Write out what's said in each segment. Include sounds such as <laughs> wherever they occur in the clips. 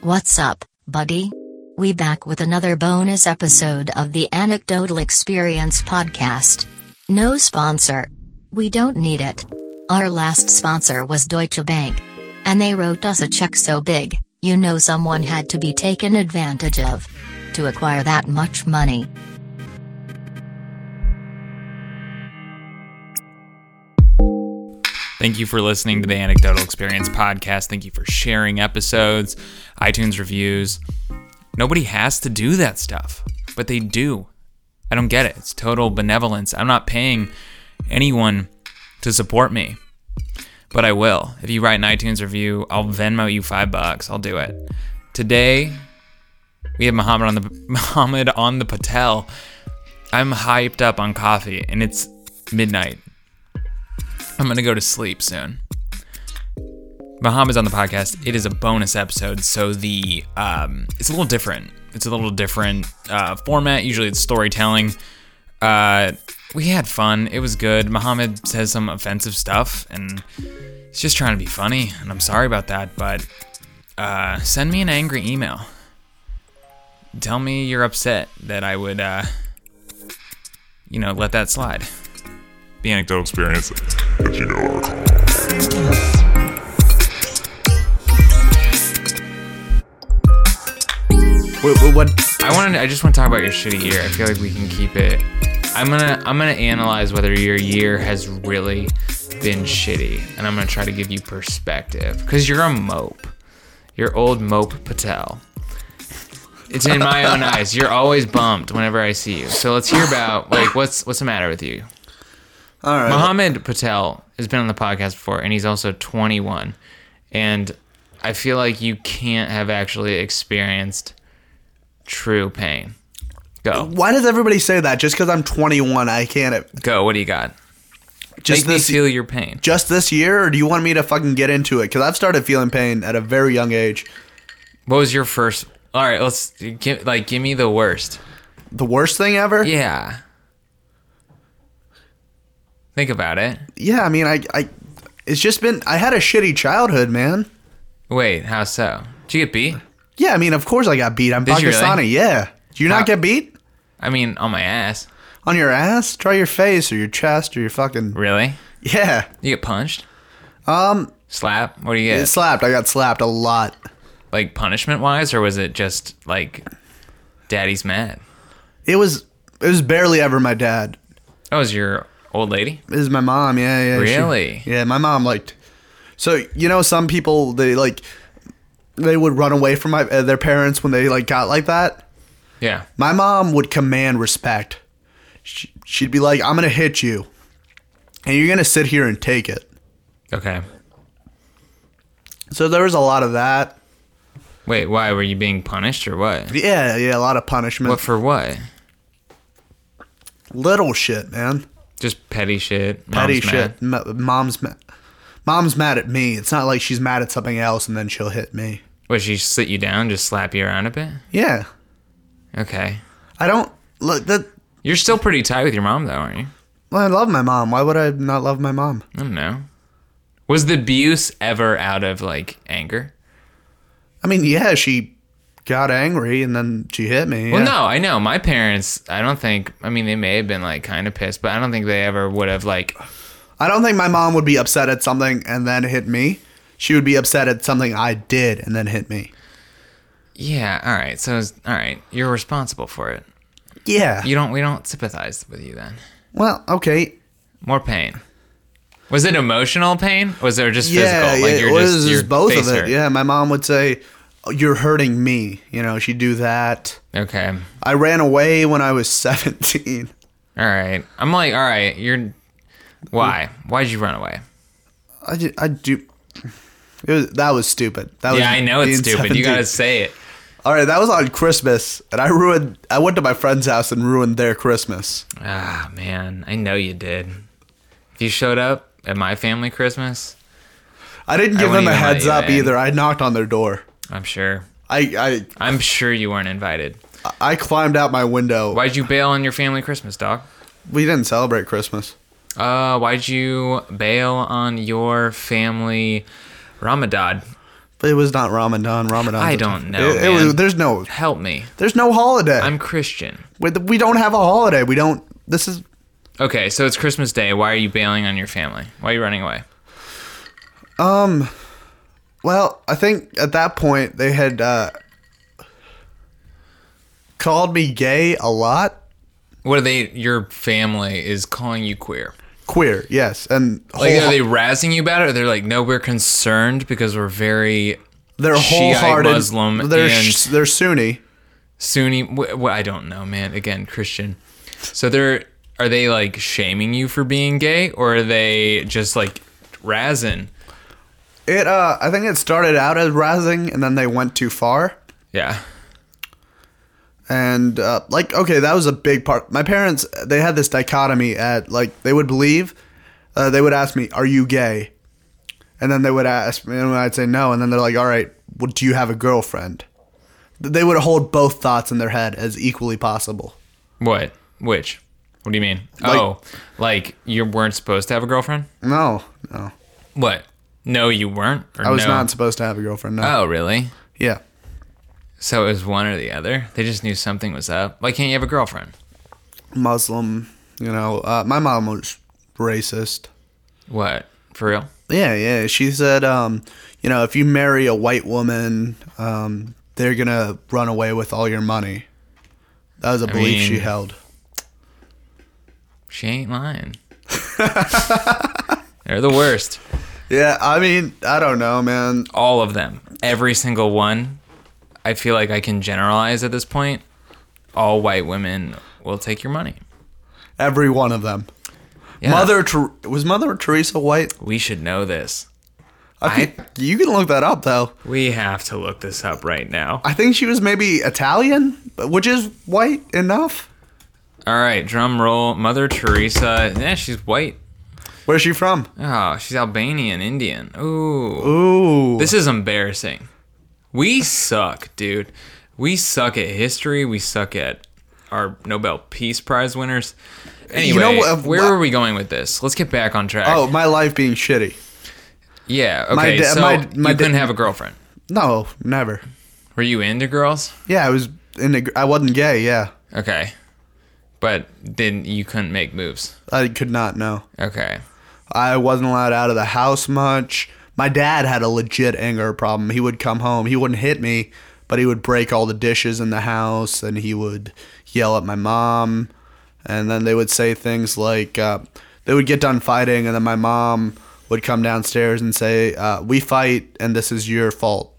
What's up, buddy? We back with another bonus episode of the Anecdotal Experience podcast. No sponsor. We don't need it. Our last sponsor was Deutsche Bank. And they wrote us a check so big, you know someone had to be taken advantage of. To acquire that much money. Thank you for listening to the Anecdotal Experience podcast. Thank you for sharing episodes, iTunes reviews. Nobody has to do that stuff, but they do. I don't get it. It's total benevolence. I'm not paying anyone to support me, but I will. If you write an iTunes review, I'll Venmo you five bucks. I'll do it. Today, we have Muhammad on the <laughs> Muhammad on the Patel. I'm hyped up on coffee, and it's midnight. I'm gonna go to sleep soon. Muhammad's on the podcast. It is a bonus episode, so the um, it's a little different. It's a little different uh, format. Usually, it's storytelling. Uh, we had fun. It was good. Muhammad says some offensive stuff, and he's just trying to be funny. And I'm sorry about that, but uh, send me an angry email. Tell me you're upset that I would, uh, you know, let that slide. The anecdotal experience. Wait, wait, what? I want to. I just want to talk about your shitty year. I feel like we can keep it. I'm gonna. I'm gonna analyze whether your year has really been shitty, and I'm gonna try to give you perspective because you're a mope. You're old mope Patel. It's in my own eyes. You're always bumped whenever I see you. So let's hear about like what's what's the matter with you. All right. Mohammed Patel has been on the podcast before, and he's also 21. And I feel like you can't have actually experienced true pain. Go, Why does everybody say that? Just because I'm 21, I can't. go. What do you got? Just Make this, me feel your pain. just this year, or do you want me to fucking get into it? Because I've started feeling pain at a very young age. What was your first? All right, let's give, like give me the worst. The worst thing ever. Yeah. Think about it. Yeah, I mean, I, I, it's just been. I had a shitty childhood, man. Wait, how so? Did you get beat? Yeah, I mean, of course I got beat. I'm Did you really? Pakistani. Yeah. Do you How- not get beat I mean, on my ass. on your ass? Try your face or your chest or your fucking. Really? Yeah. You get punched? Um. Slap? What do you It get? slapped. I got slapped a lot. Like punishment wise, or was it just like, daddy's mad? It was. It was barely ever my dad. That was Oh, your old lady. This is my mom. Yeah, yeah. she- Really? yeah, my mom liked. So you know, some people they like they would run away from my, uh, their parents when they like got like that. Yeah. My mom would command respect. She, she'd be like, "I'm gonna hit you, and you're gonna sit here and take it." Okay. So there was a lot of that. Wait, why were you being punished or what? Yeah, yeah, a lot of punishment. What for what? Little shit, man. Just petty shit. Mom's Petty mad. shit. Ma- mom's ma- mom's mad at me. It's not like she's mad at something else and then she'll hit me. Would she sit you down, just slap you around a bit? Yeah, Okay. I don't look that. You're still pretty tight with your mom, though, aren't you? Well, I love my mom. Why would I not love my mom? I don't know. Was the abuse ever out of like anger? I mean, yeah, she got angry and then she hit me. Well, yeah. no, I know. My parents, I don't think, I mean, they may have been like kind of pissed, but I don't think they ever would have like, I don't think my mom would be upset at something and then hit me. She would be upset at something I did and then hit me. yeah, all right. So, it's, all right, you're responsible for it. Yeah. You don't, we don't sympathize with you then. well, okay. More pain. Was it emotional pain? Was there just Yeah, physical? yeah. you're It was your just both face of it. hurt. Yeah, my mom would say, "Oh, "You're hurting me." You know, she'd do that. Okay. I ran away when I was <laughs> 17. All right. I'm like, all right, you're, why? Why'd you run away? I ju- I do. It was, that was stupid. That was Yeah, I know it's being stupid. You 17. gotta say it. All right, that was on Christmas, and I ruined. I went to my friend's house and ruined their Christmas. Ah, man, I know you did. If you showed up at my family Christmas, I didn't give wouldn't them a even let heads you up in. either. I knocked on their door. I'm sure. I I'm sure you weren't invited. I I climbed out my window. Why'd you bail on your family Christmas, dog? We didn't celebrate Christmas. Uh, why'd you bail on your family Ramadan? But it was not Ramadan. Ramadan. I don't know, It, it was, man. there's no Help me. there's no holiday. I'm Christian. we, we don't have a holiday. We don't. This is Okay, so it's Christmas Day. Why are you bailing on your family? Why are you running away? Well, I think at that point they had uh, called me gay a lot. What are they? Your family is calling you queer. Queer, yes, and Like, whole- are they razzing you about it? Or they're like, no, we're concerned because we're very they're Shiite wholehearted Muslim They're and- sh- they're Sunni. Sunni. Wh- wh- I don't know, man. Again, Christian. So they're are they like shaming you for being gay, or are they just like razzing? It uh, I think it started out as razzing, and then they went too far. Yeah. And uh, like, okay, that was a big part. My parents they had this dichotomy at like they would believe, uh, they would ask me, "Are you gay?" And then they would ask me, and I'd say no, and then they're like, "All right, well, do you have a girlfriend?" They would hold both thoughts in their head as equally possible. What? Which? What do you mean? Like- oh, like you weren't supposed to have a girlfriend? No, no. What? No, you weren't. Or I was no? not supposed to have a girlfriend. No. Oh, really? Yeah. So it was one or the other. They just knew something was up. Why can't you have a girlfriend? Muslim, you know. Uh, my mom was racist. What? For real? Yeah, yeah. She said, um, you know, if you marry a white woman, um, they're going to run away with all your money. That was a belief mean- she held. She ain't <laughs> lying. They're the worst. Yeah, I mean, I don't know, man. All of them. Every single one. I feel like I can generalize at this point. All white women will take your money. Every one of them. Yeah. Mother Ter- was Mother Teresa white? We should know this. I think you can look that up though. We have to look this up right now. I think she was maybe Italian, but- which is white enough. All right, drum roll. Mother Teresa. Yeah, she's white. Where's she from? Oh, she's Albanian, Indian. Ooh. Ooh, This is embarrassing. We suck, dude. We suck at history. We suck at our Nobel Peace Prize winners. Anyway, know what- where what- were we going with this? Let's get back on track. oh, my life being shitty. yeah. Okay, my da- so my- my you da- couldn't have a girlfriend. No, never. Were you into girls? Yeah, I was in. A, I wasn't gay. Yeah, Okay, but then you couldn't make moves. I could not know. Okay. I wasn't allowed out of the house much. My dad had a legit anger problem. He would come home, he wouldn't hit me, but he would break all the dishes in the house and he would yell at my mom. And then they would say things like, uh, they would get done fighting, and then my mom would come downstairs and say, uh, We fight, and this is your fault.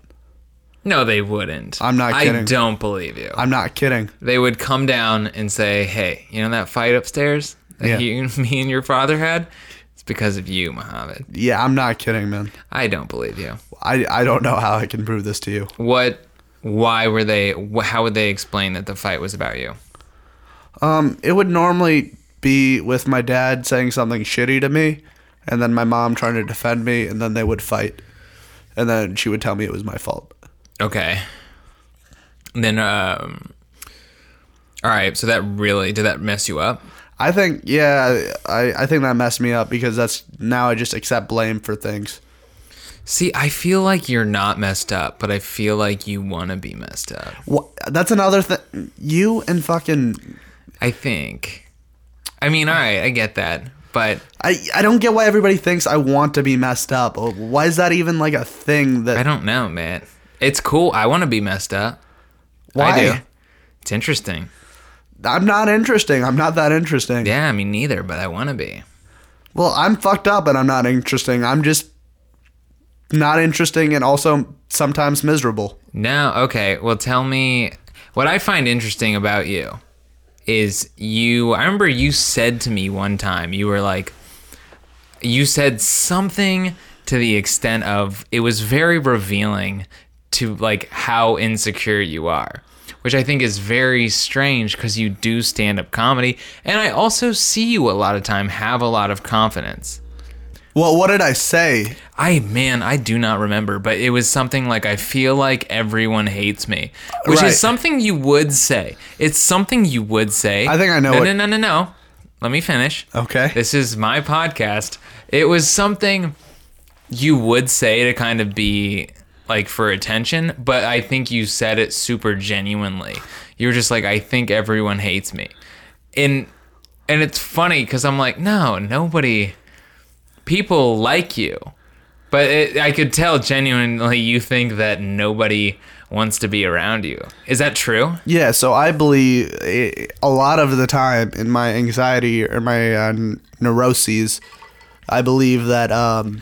No, they wouldn't. I'm not I kidding. don't believe you. I'm not kidding. they would come down and say, "Hey, you know that fight upstairs that Yeah. you, <laughs> me, and your father had? It's because of you, Muhammad." Yeah, I'm not kidding, man. I don't believe you. I, I don't know how I can prove this to you. What? Why were they? wh- How would they explain that the fight was about you? It would normally be with my dad saying something shitty to me, and then my mom trying to defend me, and then they would fight, and then she would tell me it was my fault. Okay. And then, um, all right. So that really did that mess you up? I think, yeah, I, I think that messed me up because that's now I just accept blame for things. See, I feel like you're not messed up, but I feel like you want to be messed up. What, that's another thing. You and fucking, I think. I mean, all right, I get that, but I, I don't get why everybody thinks I want to be messed up. Why is that even like a thing I that? don't know, man. It's cool. I want to be messed up. Why? I do. It's interesting. I'm not interesting. I'm not that interesting. Yeah, I mean, neither, but I want to be. Well, I'm fucked up and I'm not interesting. I'm just not interesting and also sometimes miserable. No, okay. Well, tell me what I find interesting about you is you. I remember you said to me one time, you were like, you said something to the extent of it was very revealing to like how insecure you are, which I think is very strange because you do stand up comedy. And I also see you a lot of time have a lot of confidence. Well, what did I say? I man, I do not remember, but it was something like I feel like everyone hates me, which Right. is something you would say. It's something you would say. I think I know No, what- no, no, no, no. Let me finish. Okay. This is my podcast. It was something you would say to kind of be like for attention, but I think you said it super genuinely. You were just like, I think everyone hates me, and and it's funny because I'm like, no, nobody, people like you, but it, I could tell genuinely you think that nobody wants to be around you. Is that true? Yeah, so I believe eh, a lot of the time in my anxiety or my uh, n- neuroses, I believe that um,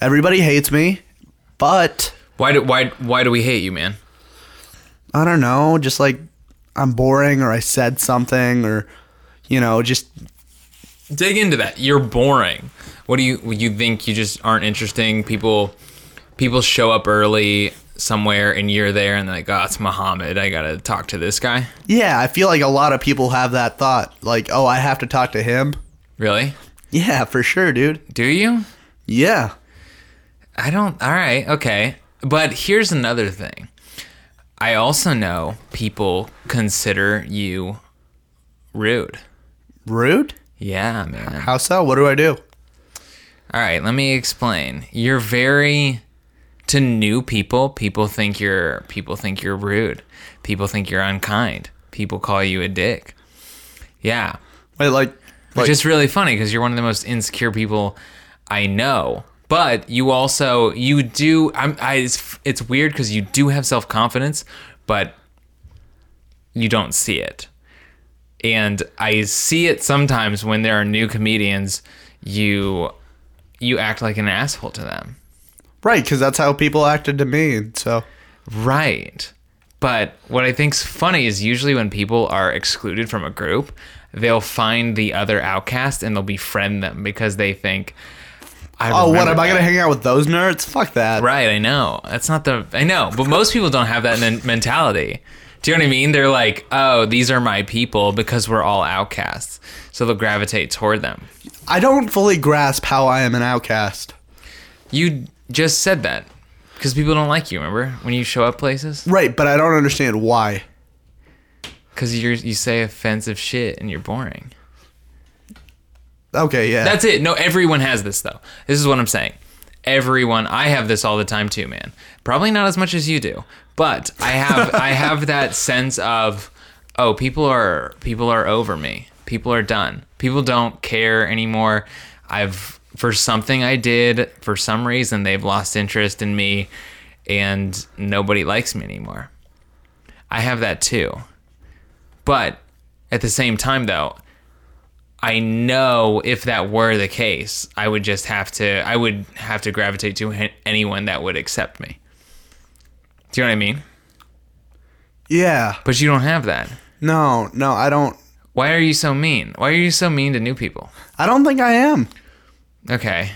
everybody hates me, but Why do why why do we hate you, man? I don't know, just like I'm boring or I said something or, you know, just dig into that. You're boring. What do you you think you just aren't interesting? People people show up early somewhere and you're there and they're like, "Oh, it's Muhammad. I got to talk to this guy." Yeah, I feel like a lot of people have that thought, like, oh, I have to talk to him. Really? Yeah, for sure, dude. Do you? Yeah. I don't. All right. Okay. But here's another thing. I also know people consider you rude. Rude? Yeah, man. How so? What do I do? All right, let me explain. You're very to new people. People think you're people think you're rude. People think you're unkind. People call you a dick. Yeah, Wait, like, like which is really funny because you're one of the most insecure people I know. But you also you do. I'm. I. It's, it's weird because you do have self confidence, but you don't see it. And I see it sometimes when there are new comedians. You you act like an asshole to them. right, because that's how people acted to me. and So, Right. But what I think's funny is usually when people are excluded from a group, they'll find the other outcast and they'll befriend them because they think, I oh, what? remember Am I going that." to hang out with those nerds? Fuck <laughs> that. Right, I know. That's not the. I know, but most people don't have that men- mentality. Do you know what I mean? They're like, oh, these are my people because we're all outcasts. So they'll gravitate toward them. I don't fully grasp how I am an outcast. You just said that because people don't like you, remember? When you show up places? Right, but I don't understand why. Because you you say offensive shit and you're boring. Okay, yeah. That's it. No, everyone has this though. This is what I'm saying. Everyone, I have this all the time too, man. Probably not as much as you do, but I have I have that sense of oh, people are people are over me. People are done. People don't care anymore. I've for something I did, for some reason they've lost interest in me and nobody likes me anymore. I have that too. But at the same time though, I know if that were the case, I would just have to I would have to gravitate to h- anyone that would accept me. Do you know what I mean? yeah. But you don't have that. No, no, I don't. Why are you so mean? Why are you so mean to new people? I don't think I am. Okay.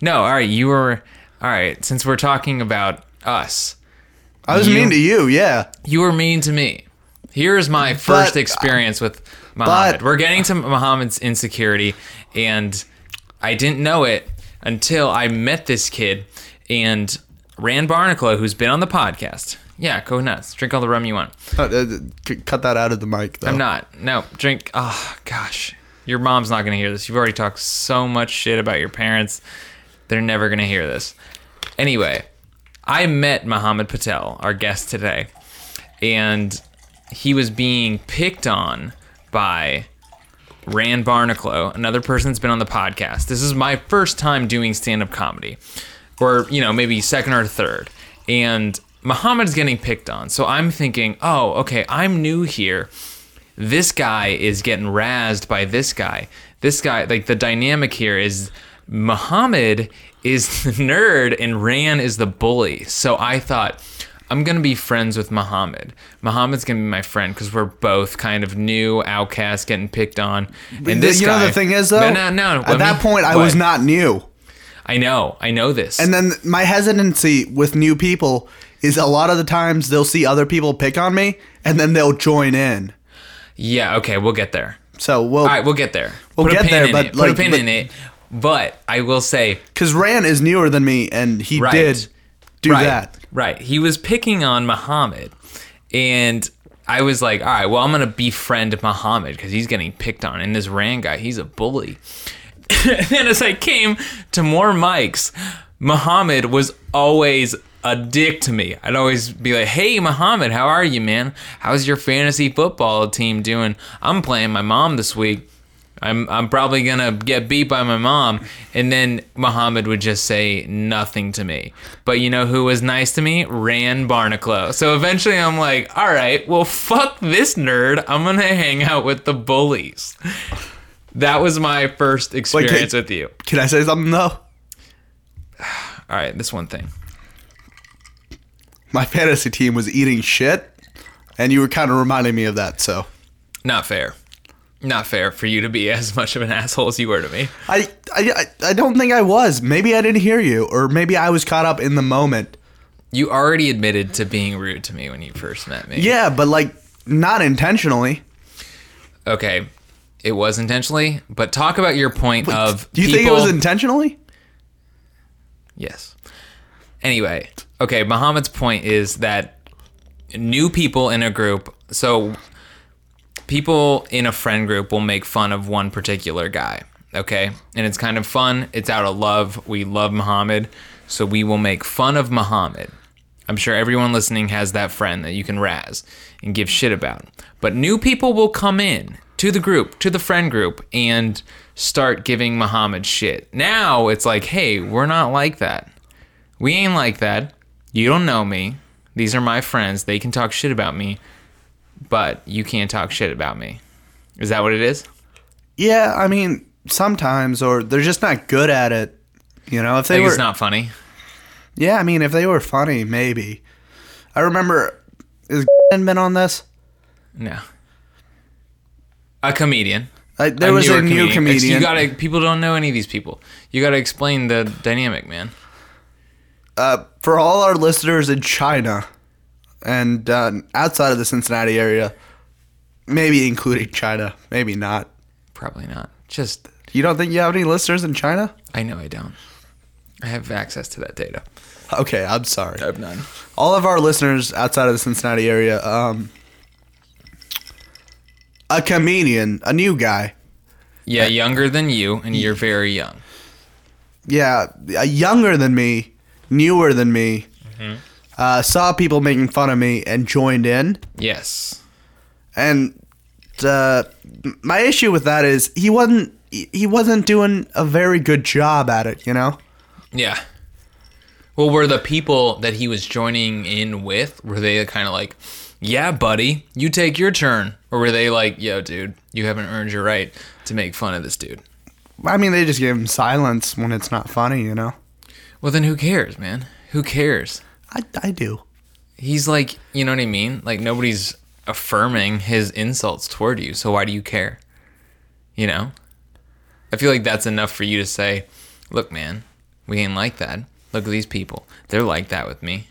No, all right, you were all right, since we're talking about us. I was You- mean to you, yeah. You were mean to me. Here's my first experience with Muhammad. We're getting to Muhammad's insecurity, and I didn't know it until I met this kid and Rand Barnacle, who's been on the podcast. Yeah, go nuts. Drink all the rum you want. Uh, uh, c- cut that out of the mic, though. I'm not. No, drink. Oh, gosh. Your mom's not going to hear this. You've already talked so much shit about your parents. They're never going to hear this. Anyway, I met Muhammad Patel, our guest today, and he was being picked on by Rand Barnacle, another person that's been on the podcast. This is my first time doing stand up comedy, or, you know, maybe second or third. And Muhammad's getting picked on. So I'm thinking, oh, okay, I'm new here this guy is getting razzed by this guy. This guy, like the dynamic here is Muhammad is <laughs> the nerd and Ran is the bully. So I thought, I'm going to be friends with Muhammad. Muhammad's going to be my friend because we're both kind of new outcasts getting picked on. And The- this you guy, know the thing is though. no, no, no. At that point, I was not new, I know, I know this. and then my hesitancy with new people is a lot of the times they'll see other people pick on me, and then they'll join in. yeah, okay, we'll get there. So we'll All right, we'll get there. We'll get there, but, it. put a like, pin but- in it. But I will say, because Ran is newer than me, and he Right. did do right, that. Right. He was picking on Muhammad. And I was like, all right, well, I'm going to befriend Muhammad because he's getting picked on. And this Rand guy, he's a bully. and as I came to more mics, Muhammad was always a dick to me. I'd always be like, "Hey, Muhammad, how are you, man? How's your fantasy football team doing? I'm playing my mom this week. I'm I'm probably gonna get beat by my mom." And then Muhammad would just say nothing to me. But you know who was nice to me? Rand Barnacle. So eventually, I'm like, "All right, well, fuck this nerd. I'm gonna hang out with the bullies." That was my first experience with you. Can I say something though? All right, this one thing. My fantasy team was eating shit, and you were kind of reminding me of that. So Not fair. Not fair for you to be <laughs> as much of an asshole as you were to me. I, I, I- I don't think I was. Maybe I didn't hear you, or maybe I was caught up in the moment. You already admitted to being rude to me when you first met me. Yeah, but like not intentionally. Okay. It was intentionally, but talk about your point of Do you people. think it was intentionally? yes. Anyway, okay. Muhammad's point is that new people in a group. So people in a friend group will make fun of one particular guy. Okay. And it's kind of fun. It's out of love. We love Muhammad. So we will make fun of Muhammad. I'm sure everyone listening has that friend that you can razz and give shit about. But new people will come in to the group, to the friend group, and start giving Muhammad shit. Now it's like, hey, we're not like that. We ain't like that. You don't know me. These are my friends. They can talk shit about me but you can't talk shit about me. Is that what it is? Yeah, I mean sometimes, or they're just not good at it. You know, if they Like were it's not funny. Yeah, I mean, if they were funny, maybe. I remember. Has been on this? No. A comedian. I, there was newer a new Ex- comedian. You gotta. People don't know any of these people. You gotta explain the dynamic, man. uh, for all our listeners in China and uh, outside of the Cincinnati area, maybe including China, maybe not. Probably not. Just. You don't think you have any listeners in China? I know I don't. I have access to that data. Okay, I'm sorry. I have none. all of our listeners outside of the Cincinnati area, um, a comedian, a new guy, Yeah, younger than you, and you're very young. yeah, uh, younger than me, newer than me, uh, saw people making fun of me and joined in. Yes. And uh, m- my issue with that is he wasn't he he wasn't doing a very good job at it. You know, Yeah. Well, were the people that he was joining in with, were they kind of like, yeah, buddy, you take your turn? Or were they like, yo, dude, you haven't earned your right to make fun of this dude? I mean, they just gave him silence when it's not funny. You know, Well, then who cares, man? Who cares? I I do. He's like, you know what I mean? Like, nobody's affirming his insults toward you. So why do you care? You know? I feel like that's enough for you to say, look, man, we ain't like that. Look at these people. They're like that with me.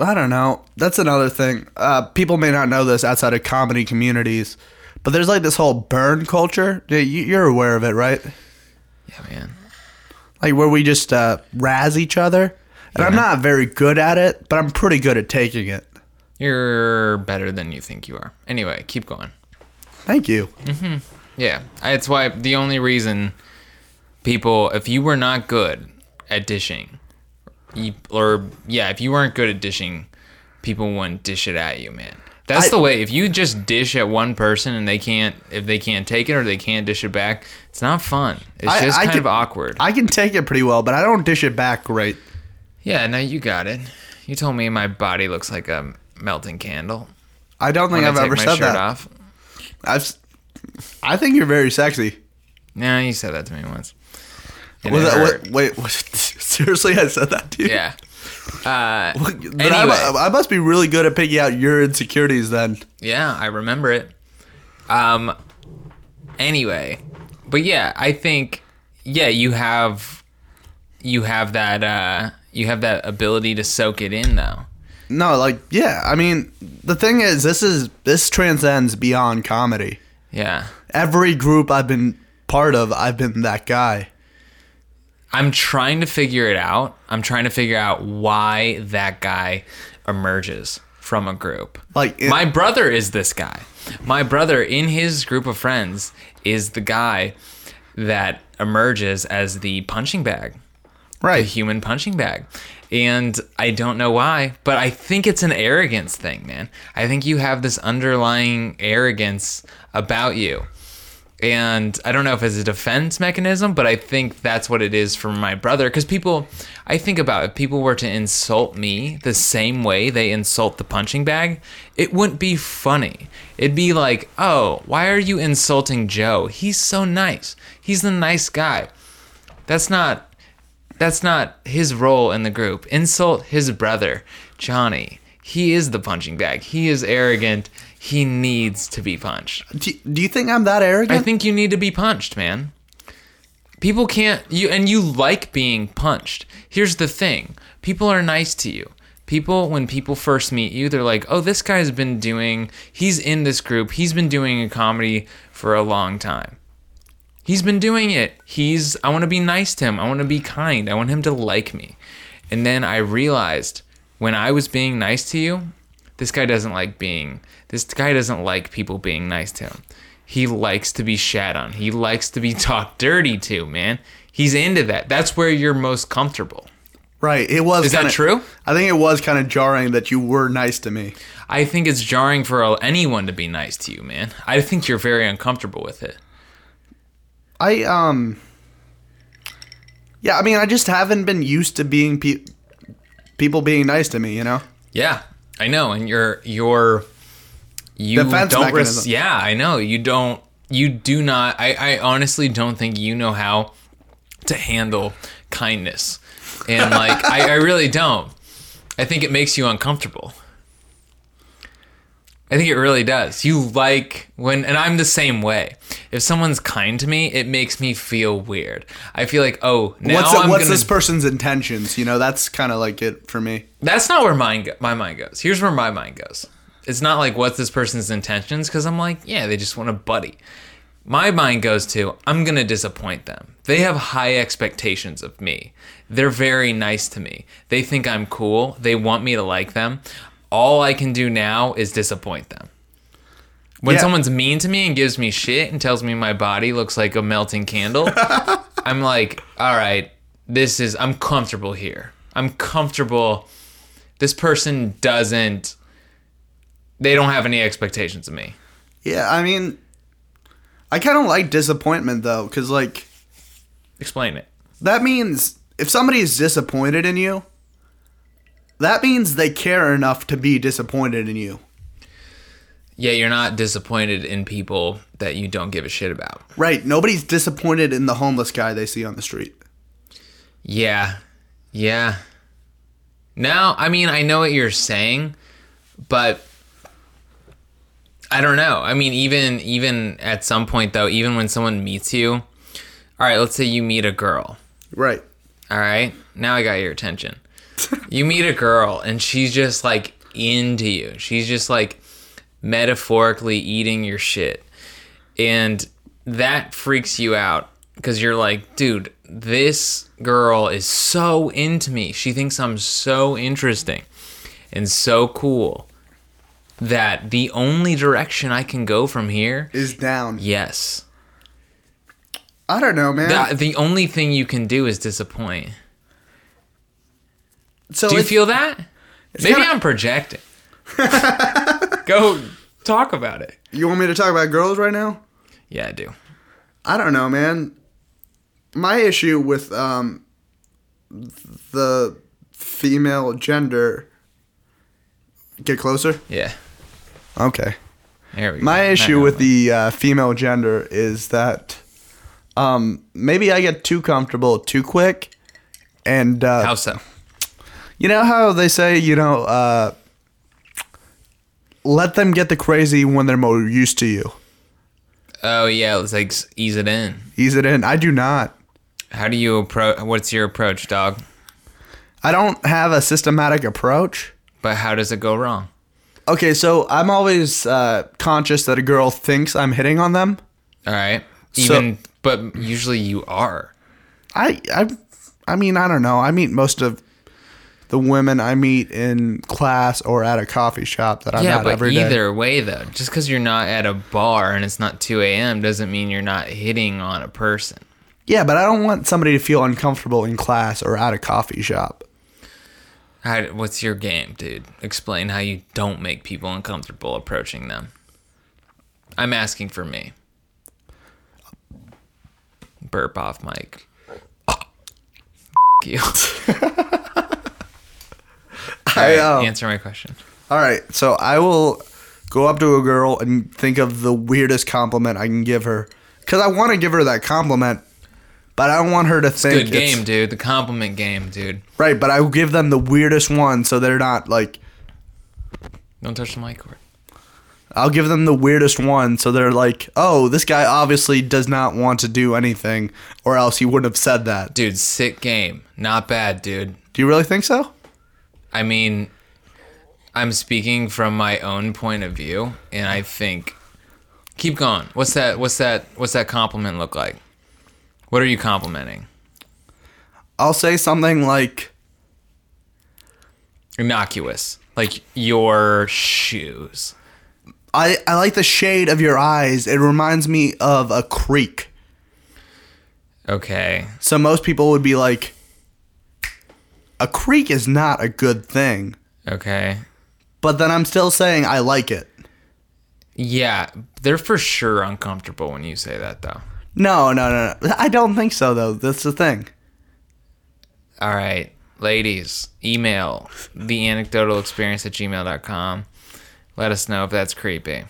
I don't know. That's another thing. Uh, people may not know this outside of comedy communities, but there's like this whole burn culture. Yeah, you- You're aware of it, right? Yeah, man. like where we just uh, razz each other. And I'm not very good at it, but I'm pretty good at taking it. You're better than you think you are. Anyway, keep going. Thank you. Yeah, I- it's why the only reason people, if you were not good at dishing, you, or yeah, if you weren't good at dishing, people wouldn't dish it at you, man. That's I- the way. If you just dish at one person and they can't, if they can't take it or they can't dish it back, it's not fun. It's I- just I kind can- of awkward. I can take it pretty well, but I don't dish it back great. yeah, no, you got it. You told me my body looks like a melting candle. I don't When think I I've take ever my said shirt that. off. I've, s- I think you're very sexy. No, you said that to me once. And Was it that, hurt. what, wait, what, <laughs> seriously, I said that to you? Yeah. Uh, <laughs> Then I, mu- anyway. I must be really good at picking out your insecurities then. yeah, I remember it. Um. Anyway, but yeah, I think yeah, you have you have that uh you have that ability to soak it in though. No, like, yeah. I mean, the thing is, this is this transcends beyond comedy. Yeah. Every group I've been part of, I've been that guy. I'm trying to figure it out. I'm trying to figure out why that guy emerges from a group. Like, it- my brother is this guy. My brother in his group of friends is the guy that emerges as the punching bag. a Right. human punching bag. And I don't know why, but I think it's an arrogance thing, man. I think you have this underlying arrogance about you. And I don't know if it's a defense mechanism, but I think that's what it is for my brother. Because people, I think about if people were to insult me the same way they insult the punching bag, it wouldn't be funny. It'd be like, oh, why are you insulting Joe? He's so nice. He's the nice guy. That's not that's not his role in the group. Insult his brother, Johnny. He is the punching bag. He is arrogant. He needs to be punched. Do, do you think I'm that I arrogant? think you need to be punched, man. People can't you and you like being punched. Here's the thing. People are nice to you. People when people first meet you, they're like, "Oh, this guy's been doing he's in this group. He's been doing a comedy for a long time." He's been doing it. He's I want to be nice to him. I want to be kind. I want him to like me. And then I realized when I was being nice to you, this guy doesn't like being this guy doesn't like people being nice to him. He likes to be shat on. He likes to be <laughs> talked dirty to, man. He's into that. That's where you're most comfortable. right. It was. Is that kinda- true? I think it was kind of jarring that you were nice to me. I think it's jarring for anyone to be nice to you, man. I think you're very uncomfortable with it. I um Yeah, I mean, I just haven't been used to being pe- people being nice to me, you know. Yeah, I know, and you're you're you Defense don't. Res- mechanism. yeah, I know. You don't. You do not. I, I honestly don't think you know how to handle kindness, and like I, I really don't. I think it makes you uncomfortable. I think it really does. You like when, and I'm the same way. If someone's kind to me, it makes me feel weird. I feel like, oh, now what's I'm what's gonna this person's intentions? You know, that's kind of like it for me. that's not where mine go- my mind goes. Here's where my mind goes. It's not like what's this person's intentions because I'm like, yeah, they just want a buddy. My mind goes to I'm gonna disappoint them. They have high expectations of me. They're very nice to me. They think I'm cool. They want me to like them. All I can do now is disappoint them. When Yeah. someone's mean to me and gives me shit and tells me my body looks like a melting candle, I'm like, all right, this is, I'm comfortable here. I'm comfortable. This person doesn't, they don't have any expectations of me. Yeah, I mean I kind of like disappointment though cuz like Explain it. that means if somebody is disappointed in you, that means they care enough to be disappointed in you. Yeah, you're not disappointed in people that you don't give a shit about. Right, nobody's disappointed in the homeless guy they see on the street. Yeah. Yeah. Now, I mean, I know what you're saying, but I don't know. I mean, even even at some point though, even when someone meets you, all right, let's say you meet a girl. Right. All right. Now I got your attention. you meet a girl and she's just like into you. She's just like metaphorically eating your shit. And that freaks you out because you're like, dude, this girl is so into me. She thinks I'm so interesting and so cool that the only direction I can go from here, Is down. yes. I don't know, man. The, the only thing you can do is disappoint. so Do you it's- feel that? Maybe kinda- I'm <laughs> projecting. Go talk about it. you want me to talk about girls right now? Yeah, I do. I don't know, man. My issue with um, the female gender. Get closer. Yeah. Okay. There we go. My Now issue I'm with like- the uh, female gender is that um, maybe I get too comfortable too quick, and uh, how so? you know how they say you know uh, let them get the crazy when they're more used to you. Oh yeah, let's like s- ease it in. Ease it in. I do not. How do you approach? What's your approach, dog? I don't have a systematic approach. But how does it go wrong? Okay, so I'm always uh, conscious that a girl thinks I'm hitting on them. All right. So- Even, but usually you are. I, I, I mean, I don't know. I meet most of the women I meet in class or at a coffee shop that I'm yeah, at but every day. either way though, just because you're not at a bar and it's not 2 a.m. doesn't mean you're not hitting on a person. Yeah, but I don't want somebody to feel uncomfortable in class or at a coffee shop. How, what's your game, dude? Explain how you don't make people uncomfortable approaching them. I'm asking for me. Burp off, Mike. <laughs> you. I, um, Answer my question. All right, so I will go up to a girl and think of the weirdest compliment I can give her because I want to give her that compliment, but I don't want her to think Good it's- game, dude. The compliment game, dude. right. But I will give them the weirdest one so they're not like Don't touch the mic cord. I'll give them the weirdest one so they're like, oh, this guy obviously does not want to do anything, or else he wouldn't have said that. Dude, sick game. Not bad, dude. Do you really think so? I mean, I'm speaking from my own point of view, and I think keep going. What's that? What's that? What's that compliment look like? What are you complimenting? I'll say something like, Innocuous, like your shoes. I, I like the shade of your eyes. It reminds me of a creek. Okay, So most people would be like, a creek is not a good thing. okay, But then I'm still saying I like it. yeah. They're for sure uncomfortable when you say that, though. No, no, no, no. I don't think so, though. That's the thing. All right, ladies, email the anecdotal experience at gmail.com. Let us know if that's creepy.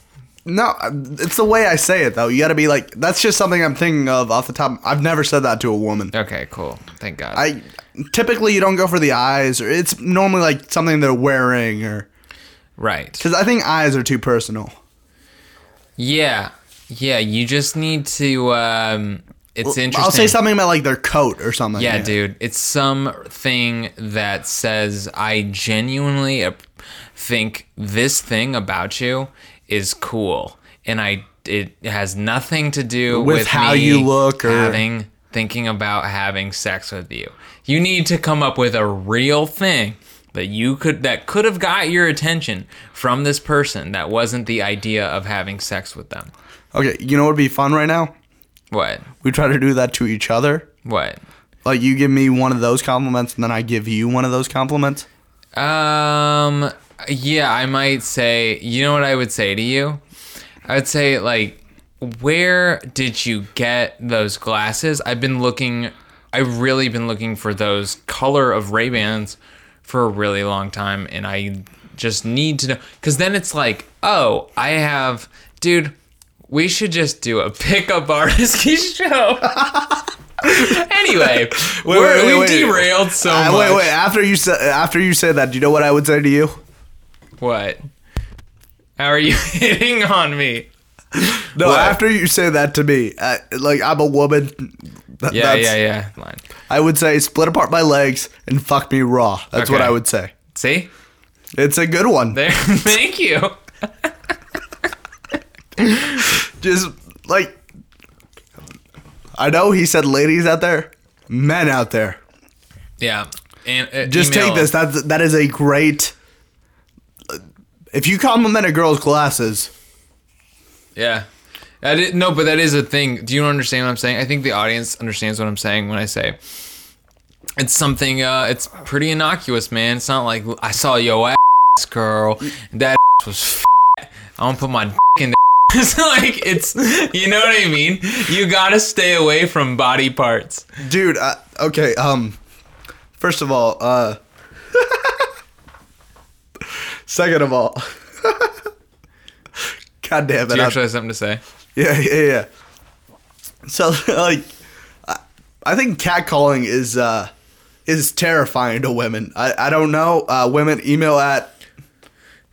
No, it's the way I say it, though. You got to be like, that's just something I'm thinking of off the top. I've never said that to a woman. Okay, cool. Thank God. I typically you don't go for the eyes, or it's normally like something they're wearing, or right. because I think eyes are too personal. Yeah, yeah. You just need to. Um, it's interesting. I'll say something about like their coat or something. Yeah, dude. It's something that says I genuinely ap- think this thing about you is cool, and I it has nothing to do With with, how me you look or- having thinking about having sex with you. You need to come up with a real thing that you could that could have got your attention from this person that wasn't the idea of having sex with them. Okay, you know what would be fun right now? What? We try to do that to each other. What? Like you give me one of those compliments, and then I give you one of those compliments. Um. Yeah, I might say. You know what I would say to you? I would say like, where did you get those glasses? I've been looking. I've really been looking for those color of Ray Bans for a really long time, and I just need to know. Cause then it's like, oh, I have, dude. We should just do a pickup <laughs> artist show. <laughs> anyway, we're, wait, we wait. derailed so Uh, much. wait, wait. After you say after you say that, do you know what I would say to you? What? How are you <laughs> hitting on me? No, What? after you say that to me, uh, like I'm a woman. th- Yeah, that's- yeah, yeah. Line. I would say split apart my legs and fuck me raw. That's what Okay. I would say. See? It's a good one. There. <laughs> Thank you. just like I know he said ladies out there, men out there. Yeah. And uh, Just email- take this. That's that is a great. uh, If you compliment a girl's glasses, Yeah. I did, no, but that is a thing. Do you understand what I'm saying? I think the audience understands what I'm saying when I say it's something. Uh, it's pretty innocuous, man. It's not like I saw yo ass girl. That ass was. Fat. I don't put my dick in. That. <laughs> It's like it's. You know what I mean? You gotta stay away from body parts. dude. Uh, okay. Um, first of all, uh, <laughs> second of all, <laughs> god damn it! Do you I- actually have something to say? Yeah, <laughs> yeah, yeah. So <laughs> like, I, I think catcalling is uh is terrifying to women. I I don't know. Uh, women email at.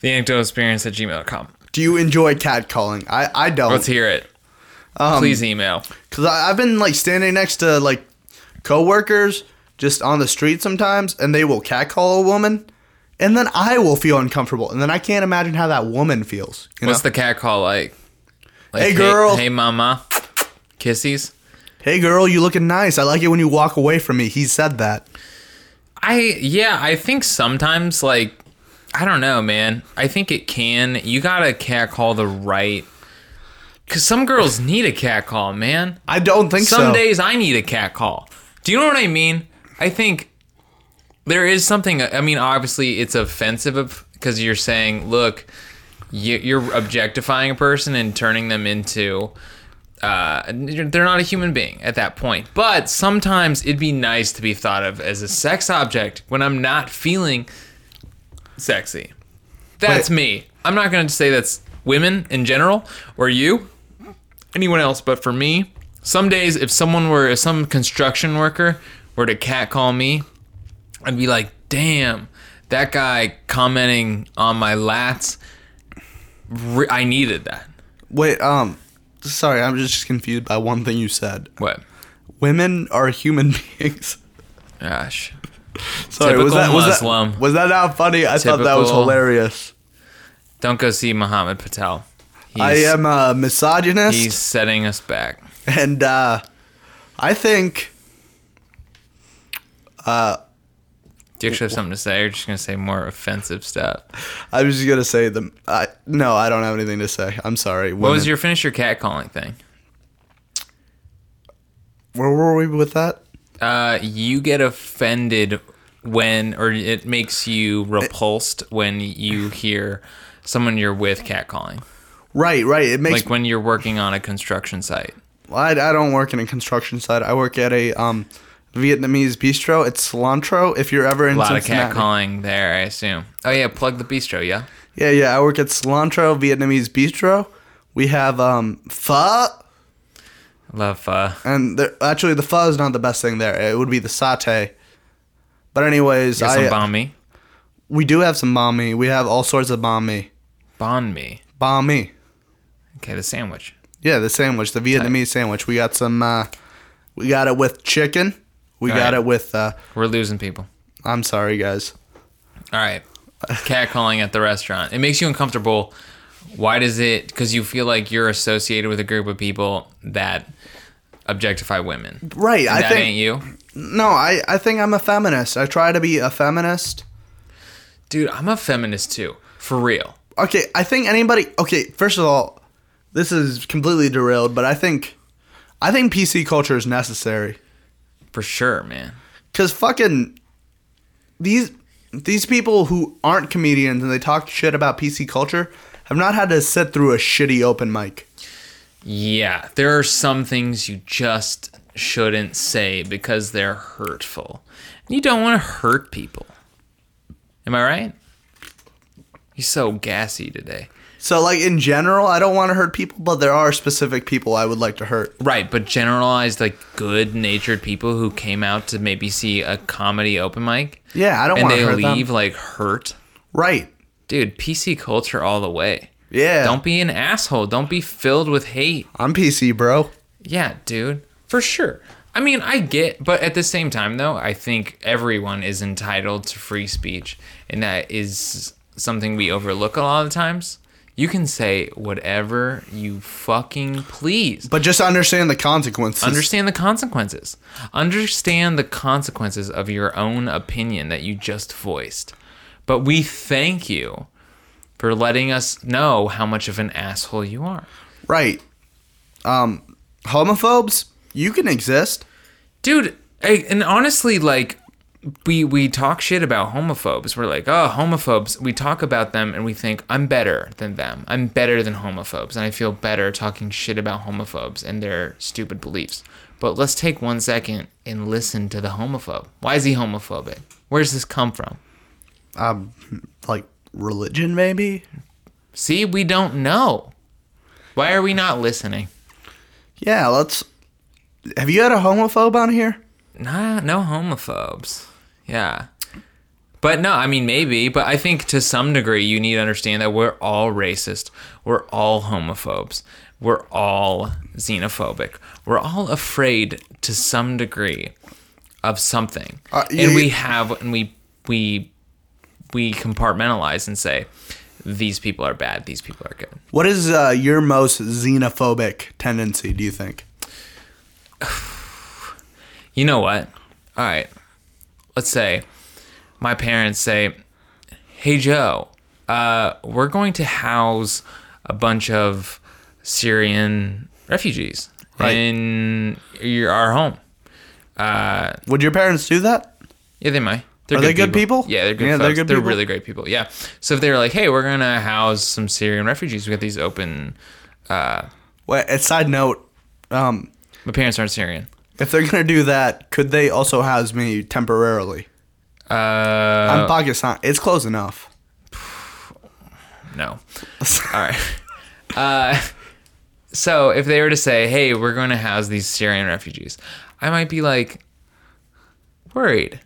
The anecdotal experience at gmail.com. Do you enjoy catcalling? I I Let's don't hear it. Um, Please email. because I've been like standing next to like coworkers just on the street sometimes, and they will catcall a woman, and then I will feel uncomfortable, and then I can't imagine how that woman feels. You What's know? the cat call like? Like, Hey, girl. Hey, mama. Kissies. hey girl, you looking nice. I like it when you walk away from me. He said that. I yeah, I think sometimes like I don't know, man. I think it can. You gotta cat call the right Cause some girls need a cat call, man. I don't think Some so. days I need a cat call. Do you know what I mean? I think there is something. I mean, obviously it's offensive because you're saying, look, you- you're objectifying a person and turning them into. Uh, they're not a human being at that point. But sometimes it'd be nice to be thought of as a sex object when I'm not feeling sexy. That's Wait. me. I'm not going to say that's women in general or you, anyone else, but for me, some days if someone were, if some construction worker were to catcall me, I'd be like, damn, that guy commenting on my lats, re- I needed that. Wait, um, sorry, I'm just confused by one thing you said. What? Women are human <laughs> beings. Gosh. Sorry, was Typical that was Muslim. that was that not funny? I thought that was Typical. hilarious. Don't go see Muhammad Patel. He's, I am a misogynist, He's setting us back. and uh, I think Do you actually have something to say? Or are you just gonna say more offensive stuff? I was just gonna say the. I, no, I don't have anything to say. I'm sorry. What was your finish your catcalling thing? Where were we with that? Uh, you get offended when, or it makes you repulsed when you hear someone you're with catcalling, Right, right. It makes like when you're working on a construction site. I, I don't work in a construction site. I work at a um, Vietnamese bistro. It's cilantro. If you're ever in A lot of Cincinnati. catcalling there, I assume. Oh yeah, plug the bistro, yeah. Yeah, yeah. I work at cilantro Vietnamese bistro. We have um, pho, Love. Uh, and the, actually the pho is not the best thing there. It would be the satay. But anyways, get some I, uh, banh mi. we do have some banh mi. We have all sorts of banh mi. Banh mi. Banh mi. Okay, the sandwich. Yeah, the sandwich, the Vietnamese sandwich. We got some. Uh, we got it with chicken. We All got right. it with. Uh, We're losing people. I'm sorry, guys. All <laughs> right. Catcalling at the restaurant. It makes you uncomfortable. Why does it? Because you feel like you're associated with a group of people that objectify women. Right, I that think ain't you. No, I, I think I'm a feminist. I try to be a feminist. Dude, I'm a feminist too. For real. Okay, I think anybody okay, first of all, this is completely derailed, but I think I think PC culture is necessary. For sure, man. Cause fucking these these people who aren't comedians and they talk shit about PC culture have not had to sit through a shitty open mic. Yeah. There are some things you just shouldn't say because they're hurtful. You don't want to hurt people. Am I right? You're so gassy today. So like in general, I don't want to hurt people, but there are specific people I would like to hurt. Right, but generalized like good natured people who came out to maybe see a comedy open mic. Yeah, I don't and want they to hurt leave them. like hurt. Right. Dude, PC culture all the way. Yeah. Don't be an asshole. Don't be filled with hate. I'm PC, bro. Yeah, dude. For sure. I mean, I get, but at the same time though, I think everyone is entitled to free speech, and that is something we overlook a lot of times. You can say whatever you fucking please. But just understand the consequences. Understand the consequences. Understand the consequences of your own opinion that you just voiced. But we thank you for letting us know how much of an asshole you are. Right. Um, homophobes, you can exist. Dude, I, and honestly like we we talk shit about homophobes. We're like, "Oh, homophobes." We talk about them and we think, "I'm better than them. I'm better than homophobes." And I feel better talking shit about homophobes and their stupid beliefs. But let's take 1 second and listen to the homophobe. Why is he homophobic? Where does this come from? Um, like religion, maybe. See, we don't know. Why are we not listening? Yeah, let's. Have you had a homophobe on here? Nah, no homophobes. Yeah. But no, I mean, maybe, but I think to some degree you need to understand that we're all racist. We're all homophobes. We're all xenophobic. We're all afraid to some degree of something. Uh, and you- we have, and we, we, we compartmentalize and say, these people are bad, these people are good. What is uh, your most xenophobic tendency? Do you think? you know what? All right. Let's say my parents say, "Hey Joe, uh, we're going to house a bunch of Syrian refugees Right. in your, our home. Uh, Would your parents do that? yeah, they might. They're Are they good people? Yeah, they're good. Yeah, folks. they're They're, good people. really great people. Yeah. So if they were like, "Hey, we're gonna house some Syrian refugees," we got these open. Uh, Wait, a side note, um, my parents aren't Syrian. if they're gonna do that, could they also house me temporarily? Uh, I'm Pakistan. It's close enough. no. All right. Uh, so if they were to say, "Hey, we're going to house these Syrian refugees," I might be like worried.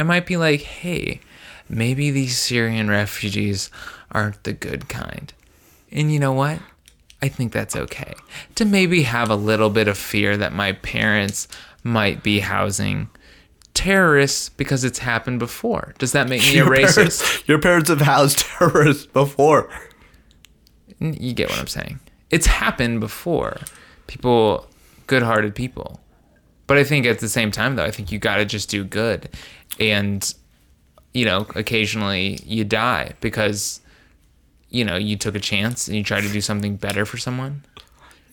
I might be like, "Hey, maybe these Syrian refugees aren't the good kind," and you know what? I think that's okay to maybe have a little bit of fear that my parents might be housing terrorists because it's happened before. Does that make me a <laughs> Your racist? parents- your parents have housed terrorists before. N- you get what I'm saying. It's happened before. People, good hearted people. But I think at the same time, though, I think you got to just do good. And, you know, occasionally you die because, you know, you took a chance and you tried to do something better for someone.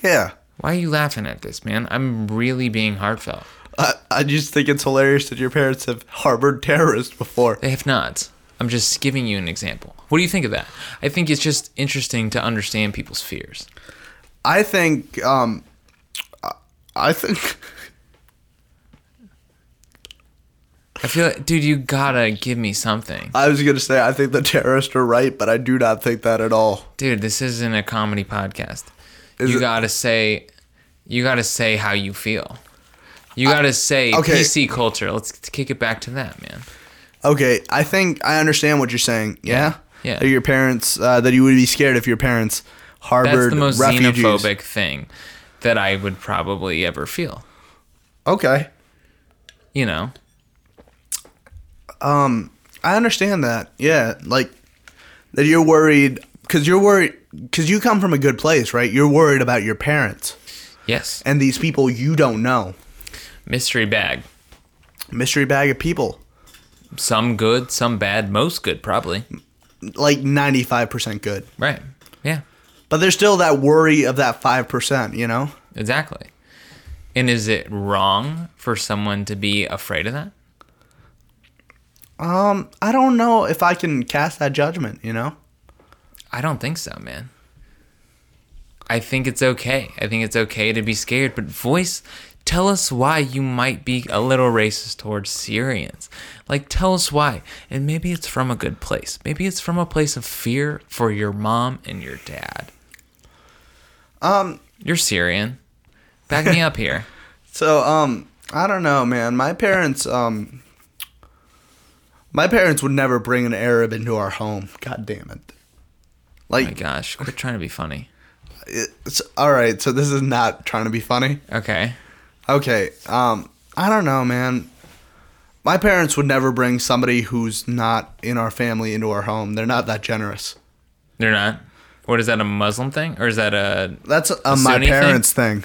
Yeah. Why are you laughing at this, man? I'm really being heartfelt. I, I just think it's hilarious that your parents have harbored terrorists before. They have not. I'm just giving you an example. What do you think of that? I think it's just interesting to understand people's fears. I think, um, I- I think, <laughs> I feel like, dude, you gotta give me something. I was going to say, I think the terrorists are right, but I do not think that at all. dude this isn't a comedy podcast Is you it- gotta say you gotta say how you feel you gotta say okay. pc culture let's kick it back to that man Okay. I think I understand what you're saying. Yeah. Yeah. That your parents, uh, that you would be scared if your parents harbored that's the most refugees. xenophobic thing that i would probably ever feel Okay. you know I understand that. Yeah, like that you're worried because you're worried because you come from a good place, right? You're worried about your parents yes and these people you don't know. mystery bag Mystery bag of people, some good some bad most good probably like ninety five percent good, right yeah but there's still that worry of that five percent. You know, exactly and is it wrong for someone to be afraid of that I don't know if I can cast that judgment. You know, I don't think so, man. I think it's okay. I think it's okay to be scared, but voice tell us why you might be a little racist towards Syrians. Like tell us why. And maybe it's from a good place. Maybe it's from a place of fear for your mom and your dad. Um, You're Syrian. Back me up here. so um, I don't know, man. My parents um. My parents would never bring an Arab into our home. God damn it! my Like, gosh, quit trying to be funny. it's, all right. So this is not trying to be funny. Okay. Okay. Um, I don't know, man. My parents would never bring somebody who's not in our family into our home. They're not that generous. They're not. What is that a Muslim thing? Or is that a That's uh, my Sunni thing? parents' thing?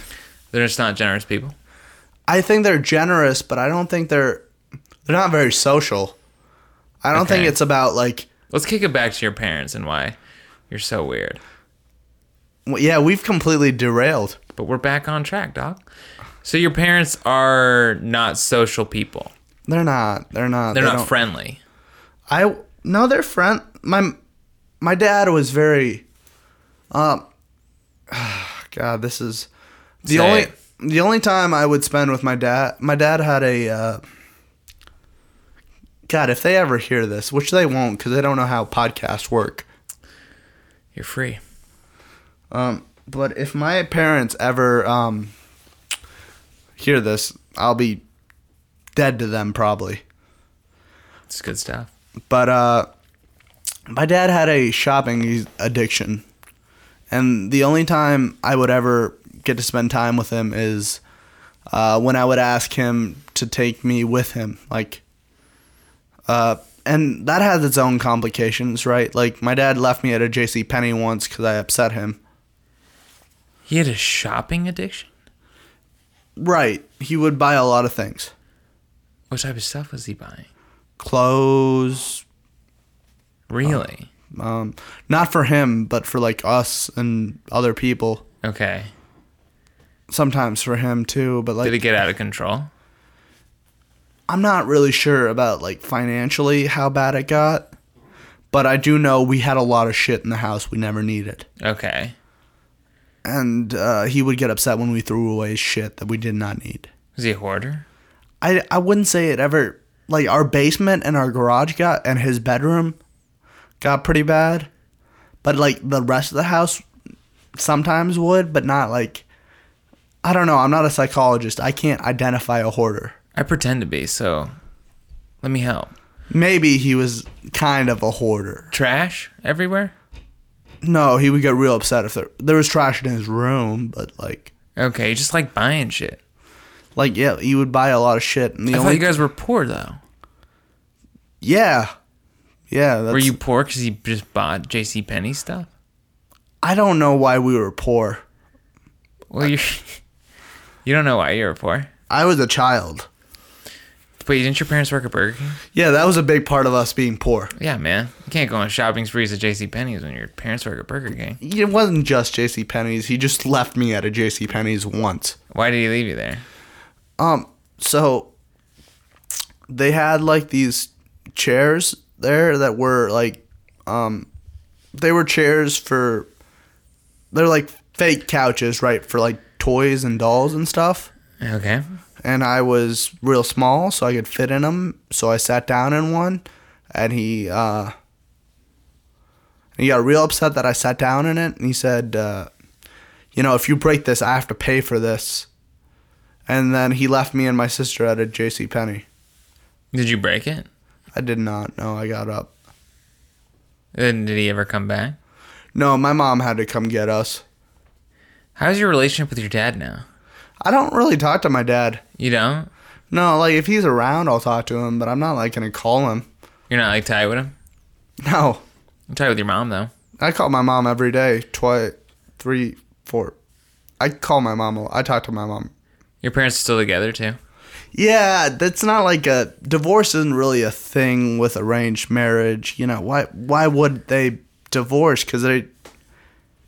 they're just not generous people? I think they're generous, but I don't think they're they're not very social. I don't think Okay. it's about like Let's kick it back to your parents and why you're so weird. w- yeah, we've completely derailed. But we're back on track, dog. So your parents are not social people. They're not. They're not. They're they not don't- friendly. I no, they're friend. My my dad was very, um, <sighs> God, this is Say the only it. the only time I would spend with my dad. My dad had a. Uh, God, if they ever hear this, which they won't, because they don't know how podcasts work. You're free. Um, but if my parents ever um, hear this, I'll be dead to them probably. It's good stuff. But uh, my dad had a shopping e, addiction, and the only time I would ever get to spend time with him is uh, when I would ask him to take me with him, like. Uh, and that has its own complications, right? Like my dad left me at a J.C. Penney once because I upset him. He had a shopping addiction? Right. He would buy a lot of things, What type of stuff was he buying? clothes. Really? Um, not for him, but for like us and other people. Okay. Sometimes for him too, but like Did it get out of control? I'm not really sure about like financially how bad it got, but I do know we had a lot of shit in the house we never needed. Okay. And uh, he would get upset when we threw away shit that we did not need. Is he a hoarder? I I wouldn't say it ever like our basement and our garage got and his bedroom got pretty bad. But like the rest of the house sometimes would, but not like I don't know, I'm not a psychologist. I can't identify a hoarder. I pretend to be, so let me help. Maybe he was kind of a hoarder. Trash everywhere? No, he would get real upset if there there was trash in his room, but like Okay, just like buying shit. like yeah, he would buy a lot of shit and the I thought only you guys were poor though. Yeah. Yeah, that's Were you poor because you just bought J.C. Penney stuff? I don't know why we were poor. Well, you <laughs> you don't know why you're poor. I was a child. But didn't your parents work at Burger King? Yeah, that was a big part of us being poor. Yeah, man. You can't go on shopping sprees at J.C. Penney's when your parents work at Burger King. It wasn't just JC Penney's. He just left me at a JC Penney's once. Why did he leave you there? Um, so they had like these chairs there that were like um they were chairs for they're like fake couches, right, for like toys and dolls and stuff. Okay. and I was real small, so I could fit in them. So I sat down in one, and he uh, he got real upset that I sat down in it, and he said, uh, "You know, if you break this, I have to pay for this." And then he left me and my sister at a J.C. Penney. Did you break it? I did not know. I got up. And did he ever come back? No, my mom had to come get us. How's your relationship with your dad now? I don't really talk to my dad. You don't? No, like if he's around, I'll talk to him, but I'm not like gonna call him. <laughs> You're not like tied with him? No. I'm tied with your mom though. I call my mom every day, twice, three, four. I call my mom. a lot. I talk to my mom. Your parents are still together too? Yeah, that's not like a divorce isn't really a thing with arranged marriage. You know why? Why would they divorce? Because they,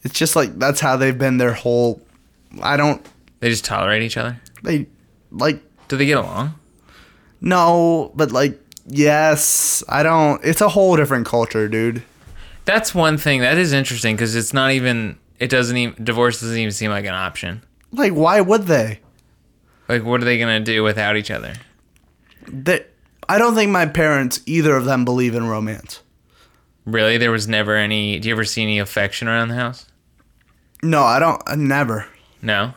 it's just like that's how they've been their whole. I don't. They just tolerate each other? They like Do they get along? no, but like yes. I don't. It's a whole different culture, dude. That's one thing that is interesting because it's not even. It doesn't even divorce doesn't even seem like an option. Like why would they? Like, what are they gonna do without each other? That I don't think my parents either of them believe in romance. Really, there was never any. Do you ever see any affection around the house? No, I don't. I never. No.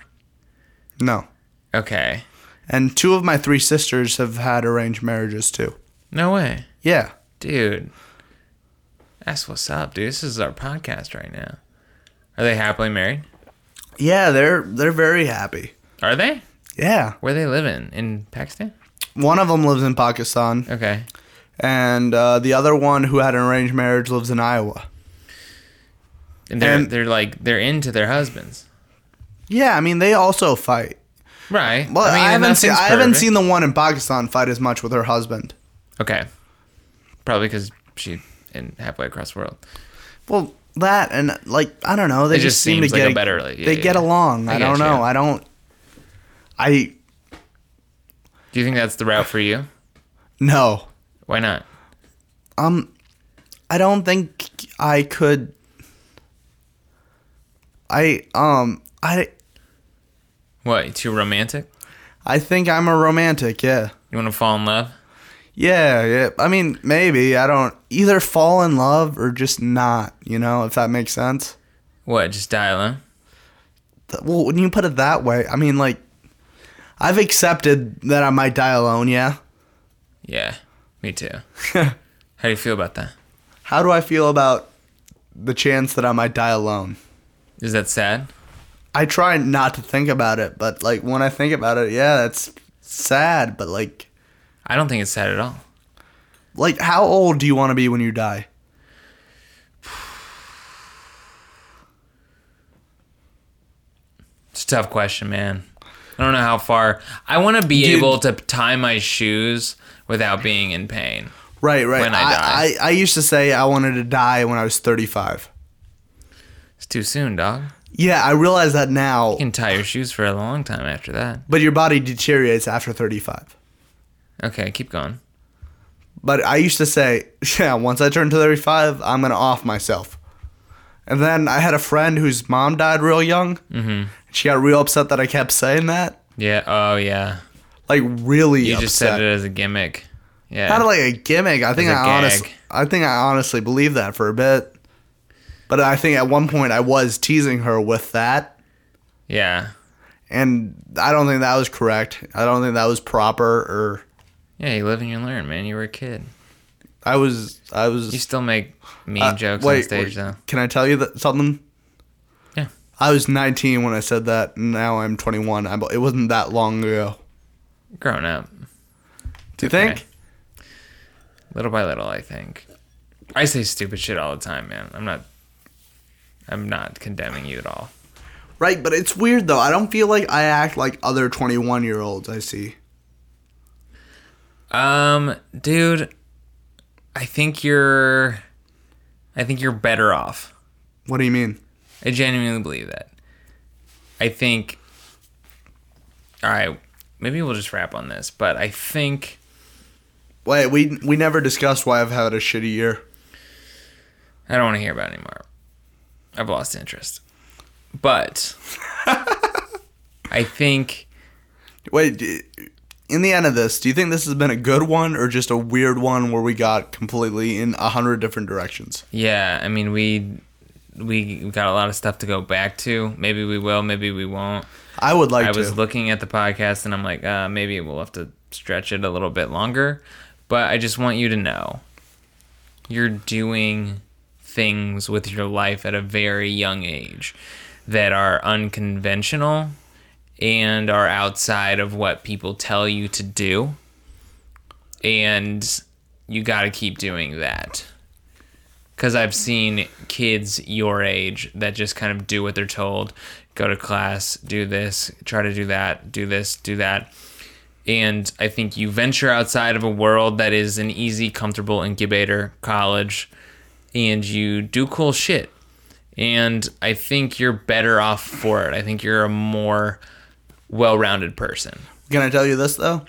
No. Okay. And two of my three sisters have had arranged marriages too. No way, Yeah. dude. That's what's up, dude. This is our podcast right now. Are they happily married? Yeah, they're they're very happy. Are they? Yeah. Where they live in? In Pakistan? One of them lives in Pakistan, Okay. and uh, the other one who had an arranged marriage lives in Iowa. And they're And- they're like they're into their husbands, Yeah, I mean they also fight. right? Well, I, mean, haven't seen nothing's I haven't perfect. seen the one in Pakistan fight as much with her husband. Okay. Probably because she in halfway across the world. Well, that and like I don't know, they It just, just seem seems to like get a better rela- yeah, they yeah, get yeah. along. I I, don't gotcha. know. I don't. I Do you think that's the route for you? no. Why not? Um, I don't think I could. I um I What? You too romantic? I think I'm a romantic. Yeah, You want to fall in love? yeah, yeah. I mean, maybe I don't either fall in love or just not. You know, if that makes sense. What? Just die alone? Th- Well, when you put it that way, I mean, like, I've accepted that I might die alone. Yeah. Yeah, me too. <laughs> How do you feel about that? How do I feel about the chance that I might die alone? Is that sad? I try not to think about it, but like when I think about it, yeah, that's sad. But like. I don't think it's sad at all. Like, how old do you want to be when you die? It's a tough question, man. I don't know how far. I want to be Dude. able to tie my shoes without being in pain. Right, right. When I die. I, I, I used to say I wanted to die when I was 35. It's too soon, dog. Yeah, I realize that now. You can tie your shoes for a long time after that. But your body deteriorates after 35. Okay, keep going. But I used to say, <laughs> yeah, once I turn to 35, I'm going to off myself. And then I had a friend whose mom died real young. Mm-hmm. She got real upset that I kept saying that. Yeah. Oh yeah. Like, really You upset. just said it as a gimmick. Yeah. Not like a gimmick. I think As a I honestly, gag. I think I honestly believed that for a bit. But I think at one point I was teasing her with that, yeah. and I don't think that was correct. I don't think that was proper. Or Yeah. You live and you learn, man. You were a kid. I was, I was. You still make mean uh, jokes on wait, stage wait, though. Can I tell you that, something? Yeah. I was 19 when I said that. and Now I'm 21. I, it wasn't that long ago. Grown up, Do you think? okay. little by little, I think. I say stupid shit all the time, man. I'm not. I'm not condemning you at all. Right, but it's weird though. I don't feel like I act like other 21 year olds I see. Um, dude, I think you're. I think you're better off. What do you mean? I genuinely believe that. I think. All right, maybe we'll just wrap on this, but I think Wait, we we never discussed why I've had a shitty year. I don't want to hear about it anymore. I've lost interest. But I think Wait, d- in the end of this, do you think this has been a good one or just a weird one where we got completely in a hundred different directions? yeah, I mean we we got a lot of stuff to go back to. Maybe we will, maybe we won't. I would like I to. was looking at the podcast and I'm like, uh, maybe we'll have to stretch it a little bit longer. But I just want you to know you're doing things with your life at a very young age that are unconventional and are outside of what people tell you to do. And you got to keep doing that. Because I've seen kids your age that just kind of do what they're told go to class, do this, try to do that, do this, do that. And I think you venture outside of a world that is an easy, comfortable incubator, college, and you do cool shit. And I think you're better off for it. I think you're a more well rounded person. Can I tell you this though?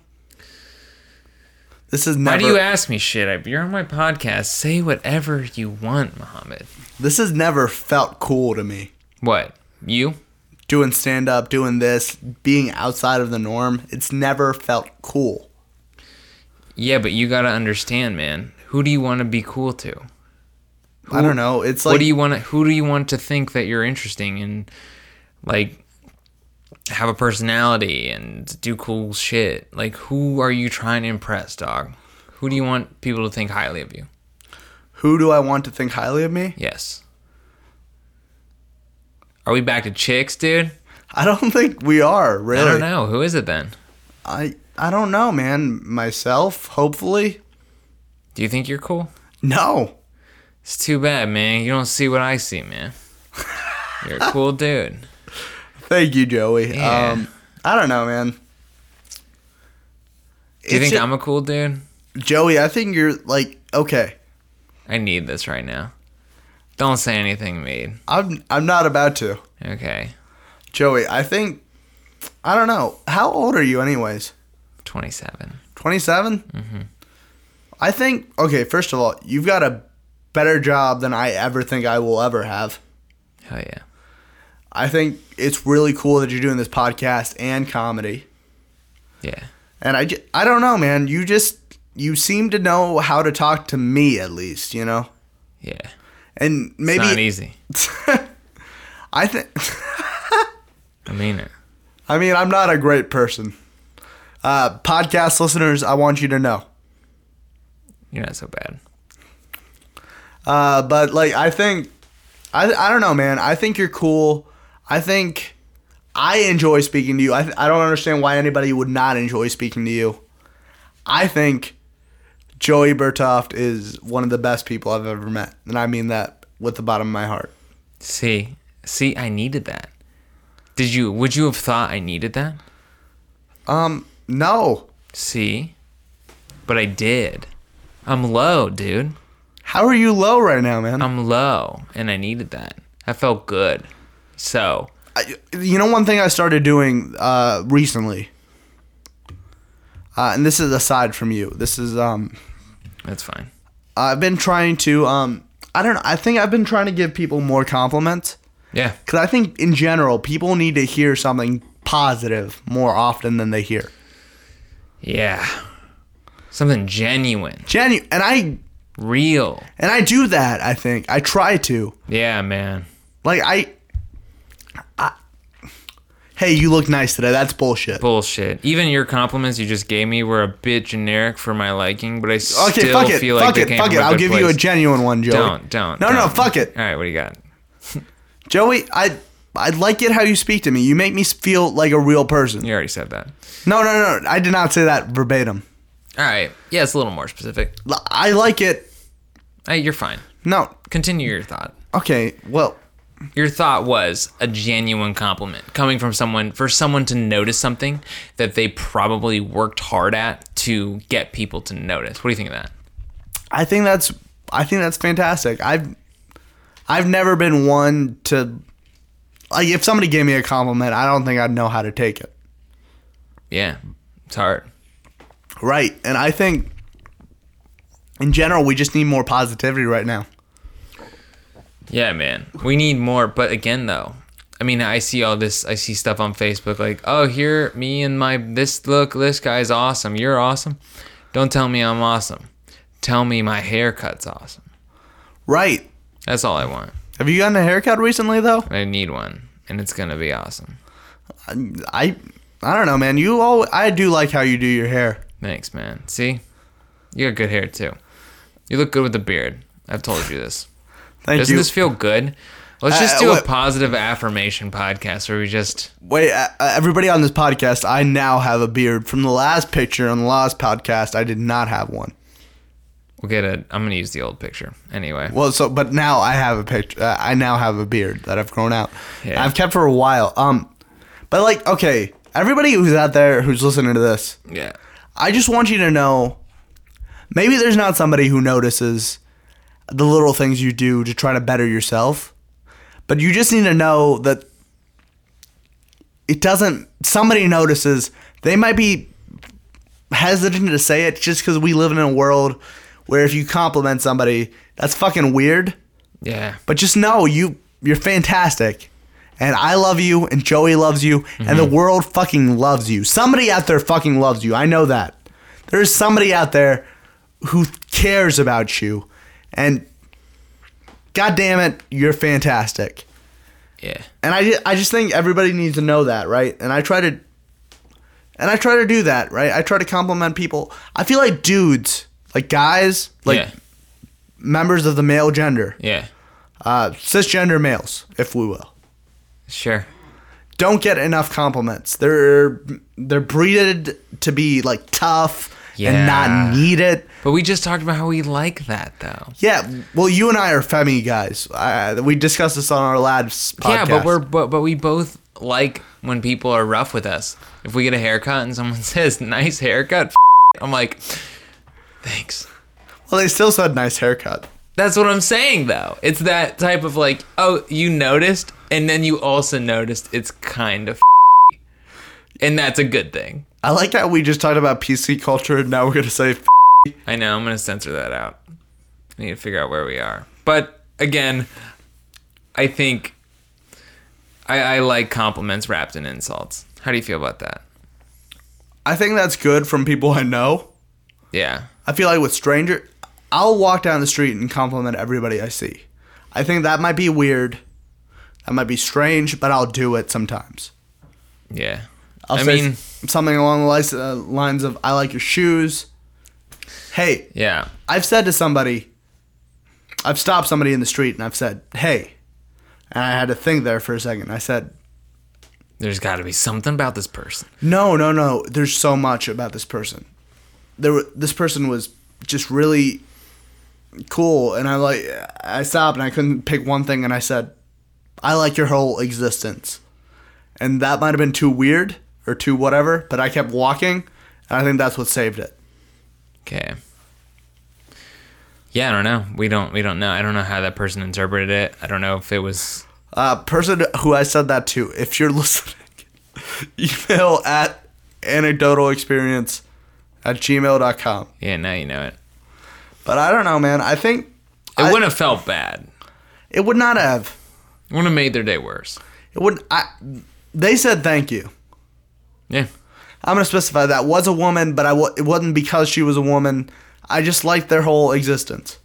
This is Why never. do you ask me shit? I- You're on my podcast. Say whatever you want, Mohammed. this has never felt cool to me. What? You? Doing stand up, doing this, being outside of the norm. It's never felt cool. Yeah, but you got to understand, man. Who do you want to be cool to? I don't know. It's like what do you want to, who do you want to think that you're interesting and like have a personality and do cool shit like who are you trying to impress dog who do you want people to think highly of you who do I want to think highly of me? yes are we back to chicks dude I don't <laughs> think we are really. i don't know who is it then I I don't know, man. Myself, hopefully. do you think you're cool No. it's too bad man you don't see what i see man you're a cool <laughs> dude Thank you, Joey. Yeah. Um I don't know, man. do you think i'm a cool dude Joey, I think you're like okay. i need this right now don't say anything mead I'm I'm not about to. okay Joey, I think I don't know. How old are you anyways? 27 Twenty Mm-hmm. I think okay, first of all, you've got a better job than I ever think I will ever have. Hell yeah. I think it's really cool that you're doing this podcast and comedy. Yeah. And I, ju- I don't know, man. You just you seem to know how to talk to me at least, you know. Yeah. And Maybe it's not maybe easy. I think I mean it. <laughs> I mean I'm not a great person. Uh, podcast listeners, I want you to know. You're not so bad. Uh, but like I think I I don't know, man. I think you're cool. I think I enjoy speaking to you. I I don't understand why anybody would not enjoy speaking to you. I think Joey Bertoft is one of the best people I've ever met, and I mean that with the bottom of my heart. See, see, I needed that. Did you? Would you have thought I needed that? Um, no. See, but I did. I'm low, dude. Um, How are you low right now, man? I'm low, and I needed that. I felt good. So I, you know, one thing I started doing uh, recently, uh, and this is aside from you. This is um, that's fine. I've been trying to um, I don't know. I think I've been trying to give people more compliments Yeah. because I think in general people need to hear something positive more often than they hear. Yeah. Something genuine, Genu- and I real. and I do that. I think I try to. Yeah, man. Like I, I hey, you look nice today. That's bullshit. Bullshit. Even your compliments you just gave me were a bit generic for my liking, but I still okay, fuck it, feel like fuck they it, came fuck from it. a I'll good give place. you a genuine one, Joey. Don't, don't. No, no, don't. fuck it, All right, what do you got? Joey. I, I like it how you speak to me. You make me feel like a real person. You already said that. No, no, no. I did not say that verbatim. All right. Yeah, it's a little more specific. L- I like it. Hey, you're fine. No, Continue your thought. okay. Well, Your thought was a genuine compliment coming from someone for someone to notice something that they probably worked hard at to get people to notice. What do you think of that? I think that's, I think that's fantastic. I've, I've never been one to, like, if somebody gave me a compliment, I don't think I'd know how to take it. Yeah, it's hard. Right. And I think in general, we just need more positivity right now. Yeah, man. We need more. But again, though, I mean, I see all this. I see stuff on Facebook like, oh, here, me and my this look. This guy's awesome. You're awesome. Don't tell me I'm awesome. Tell me my haircut's awesome. Right. That's all I want. Have you gotten a haircut recently, though? I need one, and it's gonna be awesome. I, I don't know, man. You all, I do like how you do your hair. Thanks, man. See, you got good hair too. You look good with the beard. I've told you this. <laughs> Thank Doesn't you. this feel good? Let's just Uh, do a what- positive affirmation podcast where we just Wait, uh, uh, everybody on this podcast, I now have a beard. From the last picture on the last podcast, I did not have one. we'll get a. I'm gonna use the old picture anyway. Well, so but now I have a picture. Uh, I now have a beard that I've grown out. Yeah. I've kept for a while. Um, but like, okay, everybody who's out there who's listening to this, Yeah. I just want you to know maybe there's not somebody who notices the little things you do to try to better yourself, but you just need to know that it doesn't, somebody notices. They might be hesitant to say it just because we live in a world where if you compliment somebody, that's fucking weird. Yeah. But just know you you're fantastic. And I love you and Joey loves you and the world fucking loves you. Somebody out there fucking loves you. I know that. There's somebody out there who cares about you and god damn it, you're fantastic. Yeah. And I ju- I just think everybody needs to know that, right? And I try to and I try to do that, right? I try to compliment people. I feel like dudes, like guys, like yeah. members of the male gender Yeah. uh, cisgender males, if we will, Sure. don't get enough compliments. They're they're breeded to be like tough and Yeah. not need it. But we just talked about how we like that though. Yeah, well, you and I are femi guys. Uh, we discussed this on our lads podcast. Yeah, but we're but, but we both like when people are rough with us. If we get a haircut and someone <laughs> says nice haircut, f- I'm like thanks. well, they still said nice haircut. That's what I'm saying though. It's that type of like, oh, you noticed and then you also noticed it's kind of f- and that's a good thing. I like how we just talked about PC culture, and now we're gonna say f- I know, I'm gonna censor that out. I need to figure out where we are. But again, I think I, I like compliments wrapped in insults. How do you feel about that? I think that's good from people I know. Yeah. I feel like with stranger, I'll walk down the street and compliment everybody I see. I think that might be weird. That might be strange, but I'll do it sometimes. Yeah. I'll I say mean- s- something along the lines, uh, lines of "I like your shoes." Hey, Yeah. I've said to somebody, I've stopped somebody in the street and I've said, "Hey," and I had to think there for a second. I said, There's gotta be something about this person. "No, no, no. There's so much about this person. There, were, this person was just really cool." And I like, I stopped and I couldn't pick one thing, and I said, "I like your whole existence." And that might have been too weird or too whatever, but I kept walking, and I think that's what saved it. Okay. Yeah, I don't know. We don't we don't know. I don't know how that person interpreted it. I don't know if it was Uh, person who I said that to, if you're <laughs> listening, email at anecdotalexperience at gmail.com. Yeah, now you know it. But I don't know, man. I think It I- wouldn't have felt bad. it would not have. It wouldn't have made their day worse. It wouldn't. I, they said thank you. Yeah. I'm gonna specify that was a woman, but I w- it wasn't because she was a woman. I just liked their whole existence.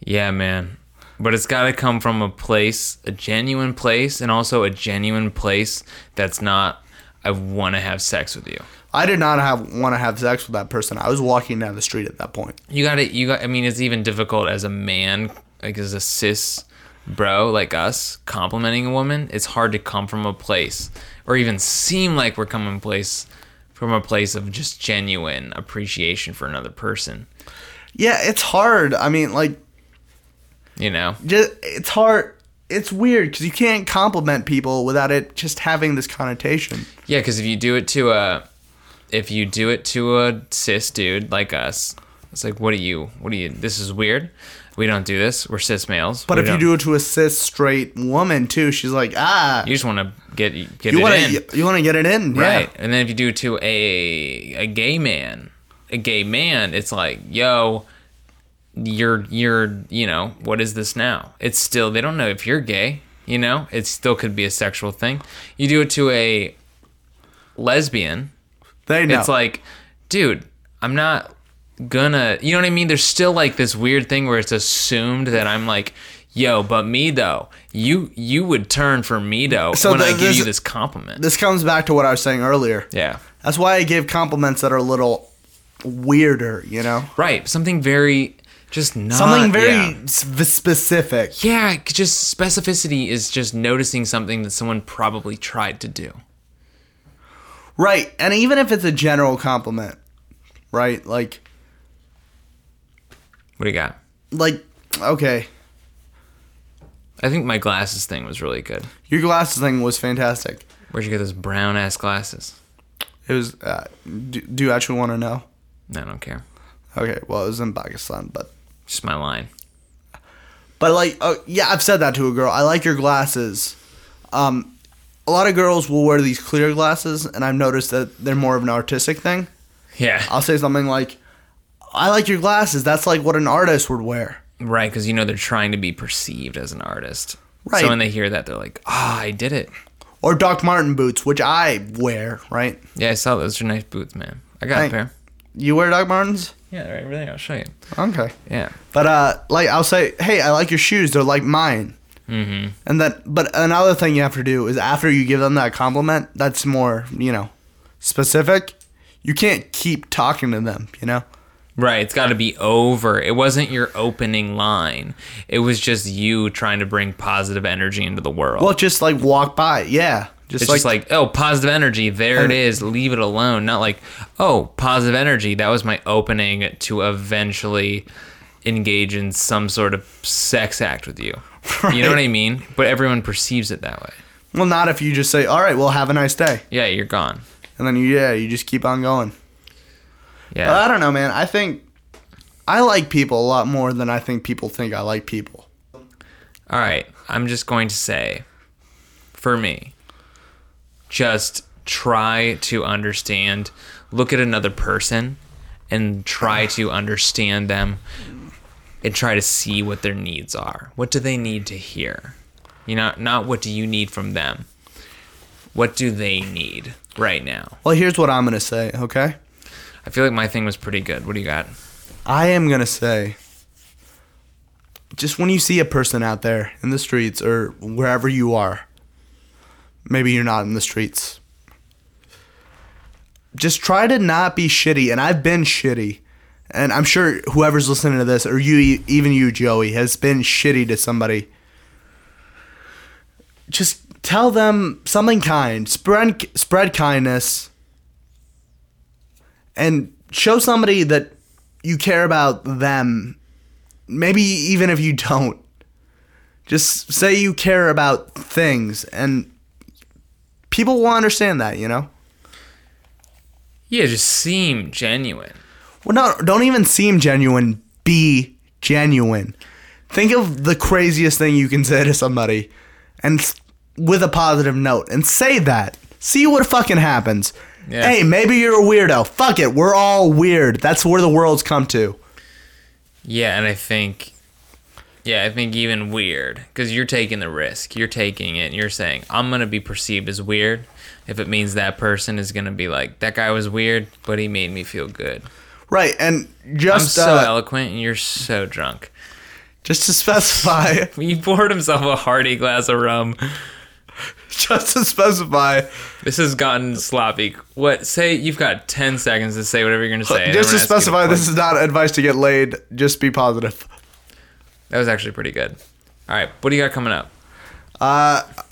Yeah, man. But it's got to come from a place, a genuine place, and also a genuine place that's not, I want to have sex with you. I did not have want to have sex with that person. I was walking down the street at that point. You got to, you got, I mean, it's even difficult as a man, like as a cis bro like us, complimenting a woman. It's hard to come from a place or even seem like we're coming place from a place of just genuine appreciation for another person, Yeah, it's hard. I mean, like, you know? just, it's hard. It's weird because you can't compliment people without it just having this connotation. Yeah, because if you do it to a, if you do it to a cis dude like us, it's like, what are you? What are you? This is weird. We don't do this. We're cis males. But We if you don't- do it to a cis straight woman too, she's like, ah, you just want to get get you it want in, to you want to get it in, yeah. right? And then if you do it to a a gay man, a gay man, it's like, yo, you're you're you know what is this now? It's still they don't know if you're gay. You know, it still could be a sexual thing. You do it to a lesbian. They know. It's like, dude, I'm not gonna. You know what I mean? There's still like this weird thing where it's assumed that I'm like, yo, but me though, you you would turn for me though So when the- I give you this- this compliment. this comes back to what I was saying earlier. yeah, That's why I give compliments that are a little weirder, you know? right. Something very just not Something very Uh, yeah. sp- specific. Yeah, c- just specificity is just noticing something that someone probably tried to do. Right. And even if it's a general compliment, right? Like, What do you got? like, okay, I think my glasses thing was really good. your glasses thing was fantastic. Where'd you get those brown ass glasses? It was, uh, do, do you actually want to know? I don't care. Okay, well, it was in Pakistan, but, Just my line. but like, uh, yeah, I've said that to a girl. I like your glasses. Um, a lot of girls will wear these clear glasses, and I've noticed that they're more of an artistic thing. Yeah. I'll say something like, I like your glasses. That's like what an artist would wear. Right, because you know they're trying to be perceived as an artist. Right. So when they hear that, they're like, "Ah, I did it." Or Doc Martin boots, which I wear, right? Yeah, I saw those. Those are nice boots, man. I got Thank- a pair. You wear Doc Martens? Yeah, they're right over there. I'll show you. Okay. Yeah. But uh like I'll say, "Hey, I like your shoes. They're like mine." Mm-hmm. And then but another thing you have to do is after you give them that compliment, that's more, you know, specific. You can't keep talking to them, you know? Right. It's got to be over. It wasn't your opening line. It was just you trying to bring positive energy into the world. Well, just like walk by. Yeah. Just it's like, just like, oh, positive energy. There it is. Leave it alone. Not like, oh, positive energy. That was my opening to eventually engage in some sort of sex act with you. You know what I mean? But everyone perceives it that way. well, not if you just say, "All right, well, have a nice day." Yeah, you're gone. And then you yeah, you just keep on going. But Yeah. I don't know, man. I think I like people a lot more than I think people think I like people. All right. I'm just going to say, for me, just try to understand. Look at another person and try to understand them and try to see what their needs are. What do they need to hear? You know, not what do you need from them? What do they need right now? Well, here's what I'm going to say, okay? I feel like my thing was pretty good. What do you got? I am going to say just when you see a person out there in the streets or wherever you are, maybe you're not in the streets, just try to not be shitty. And I've been shitty. And I'm sure whoever's listening to this, or you, e, even you, Joey, has been shitty to somebody. Just tell them something kind. Spread spread kindness, and show somebody that you care about them. Maybe even if you don't, just say you care about things, and people will understand that. You know. Yeah, just seem genuine. Well, no, don't even seem genuine. Be genuine. Think of the craziest thing you can say to somebody, and s- with a positive note and say that. See what fucking happens. Yeah. Hey, maybe you're a weirdo. Fuck it. We're all weird. That's where the world's come to. Yeah, and I think, yeah, I think even weird because you're taking the risk. You're taking it. And you're saying I'm gonna be perceived as weird if it means that person is gonna be like that guy was weird, but he made me feel good. Right. And I'm just so uh, eloquent, and you're so drunk. just to specify, <laughs> He poured himself a hearty glass of rum. just to specify, This has gotten sloppy. What? Say you've got ten seconds to say whatever you're gonna say. and just I'm gonna to ask you specify, point. this is not advice to get laid. Just be positive. That was actually pretty good. All right, what do you got coming up?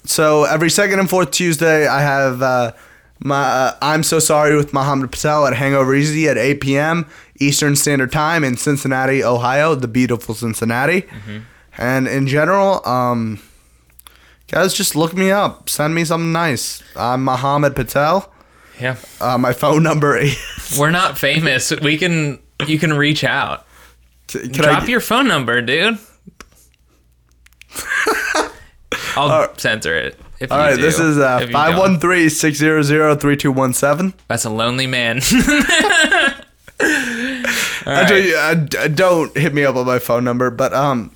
So every second and fourth Tuesday, I have uh, my uh, I'm so sorry with Muhammad Patel at Hangover Easy at 8 p.m. Eastern Standard Time in Cincinnati, Ohio, the beautiful Cincinnati. Mm-hmm. And in general, um, guys, just look me up. Send me something nice. I'm Muhammad Patel. Yeah, Uh, my phone number. <laughs> is- we're not famous. We can you can reach out. Can Drop I, your phone number, <laughs> dude. I'll censor it. If all you right, do. this is If uh, you don't. 513 600 3217. That's a lonely man. <laughs> Actually, uh, d- don't hit me up on my phone number, but um,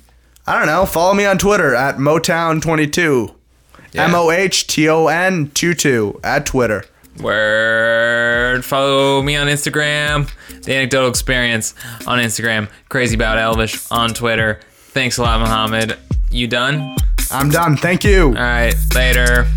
I don't know. Follow me on Twitter at Motown22. Yeah. M O H T O N 22 at Twitter. Word. Follow me on Instagram. The Anecdotal Experience on Instagram. Crazy About Elvish on Twitter. Thanks a lot, Muhammad. You done? I'm done. Thank you. All right. Later.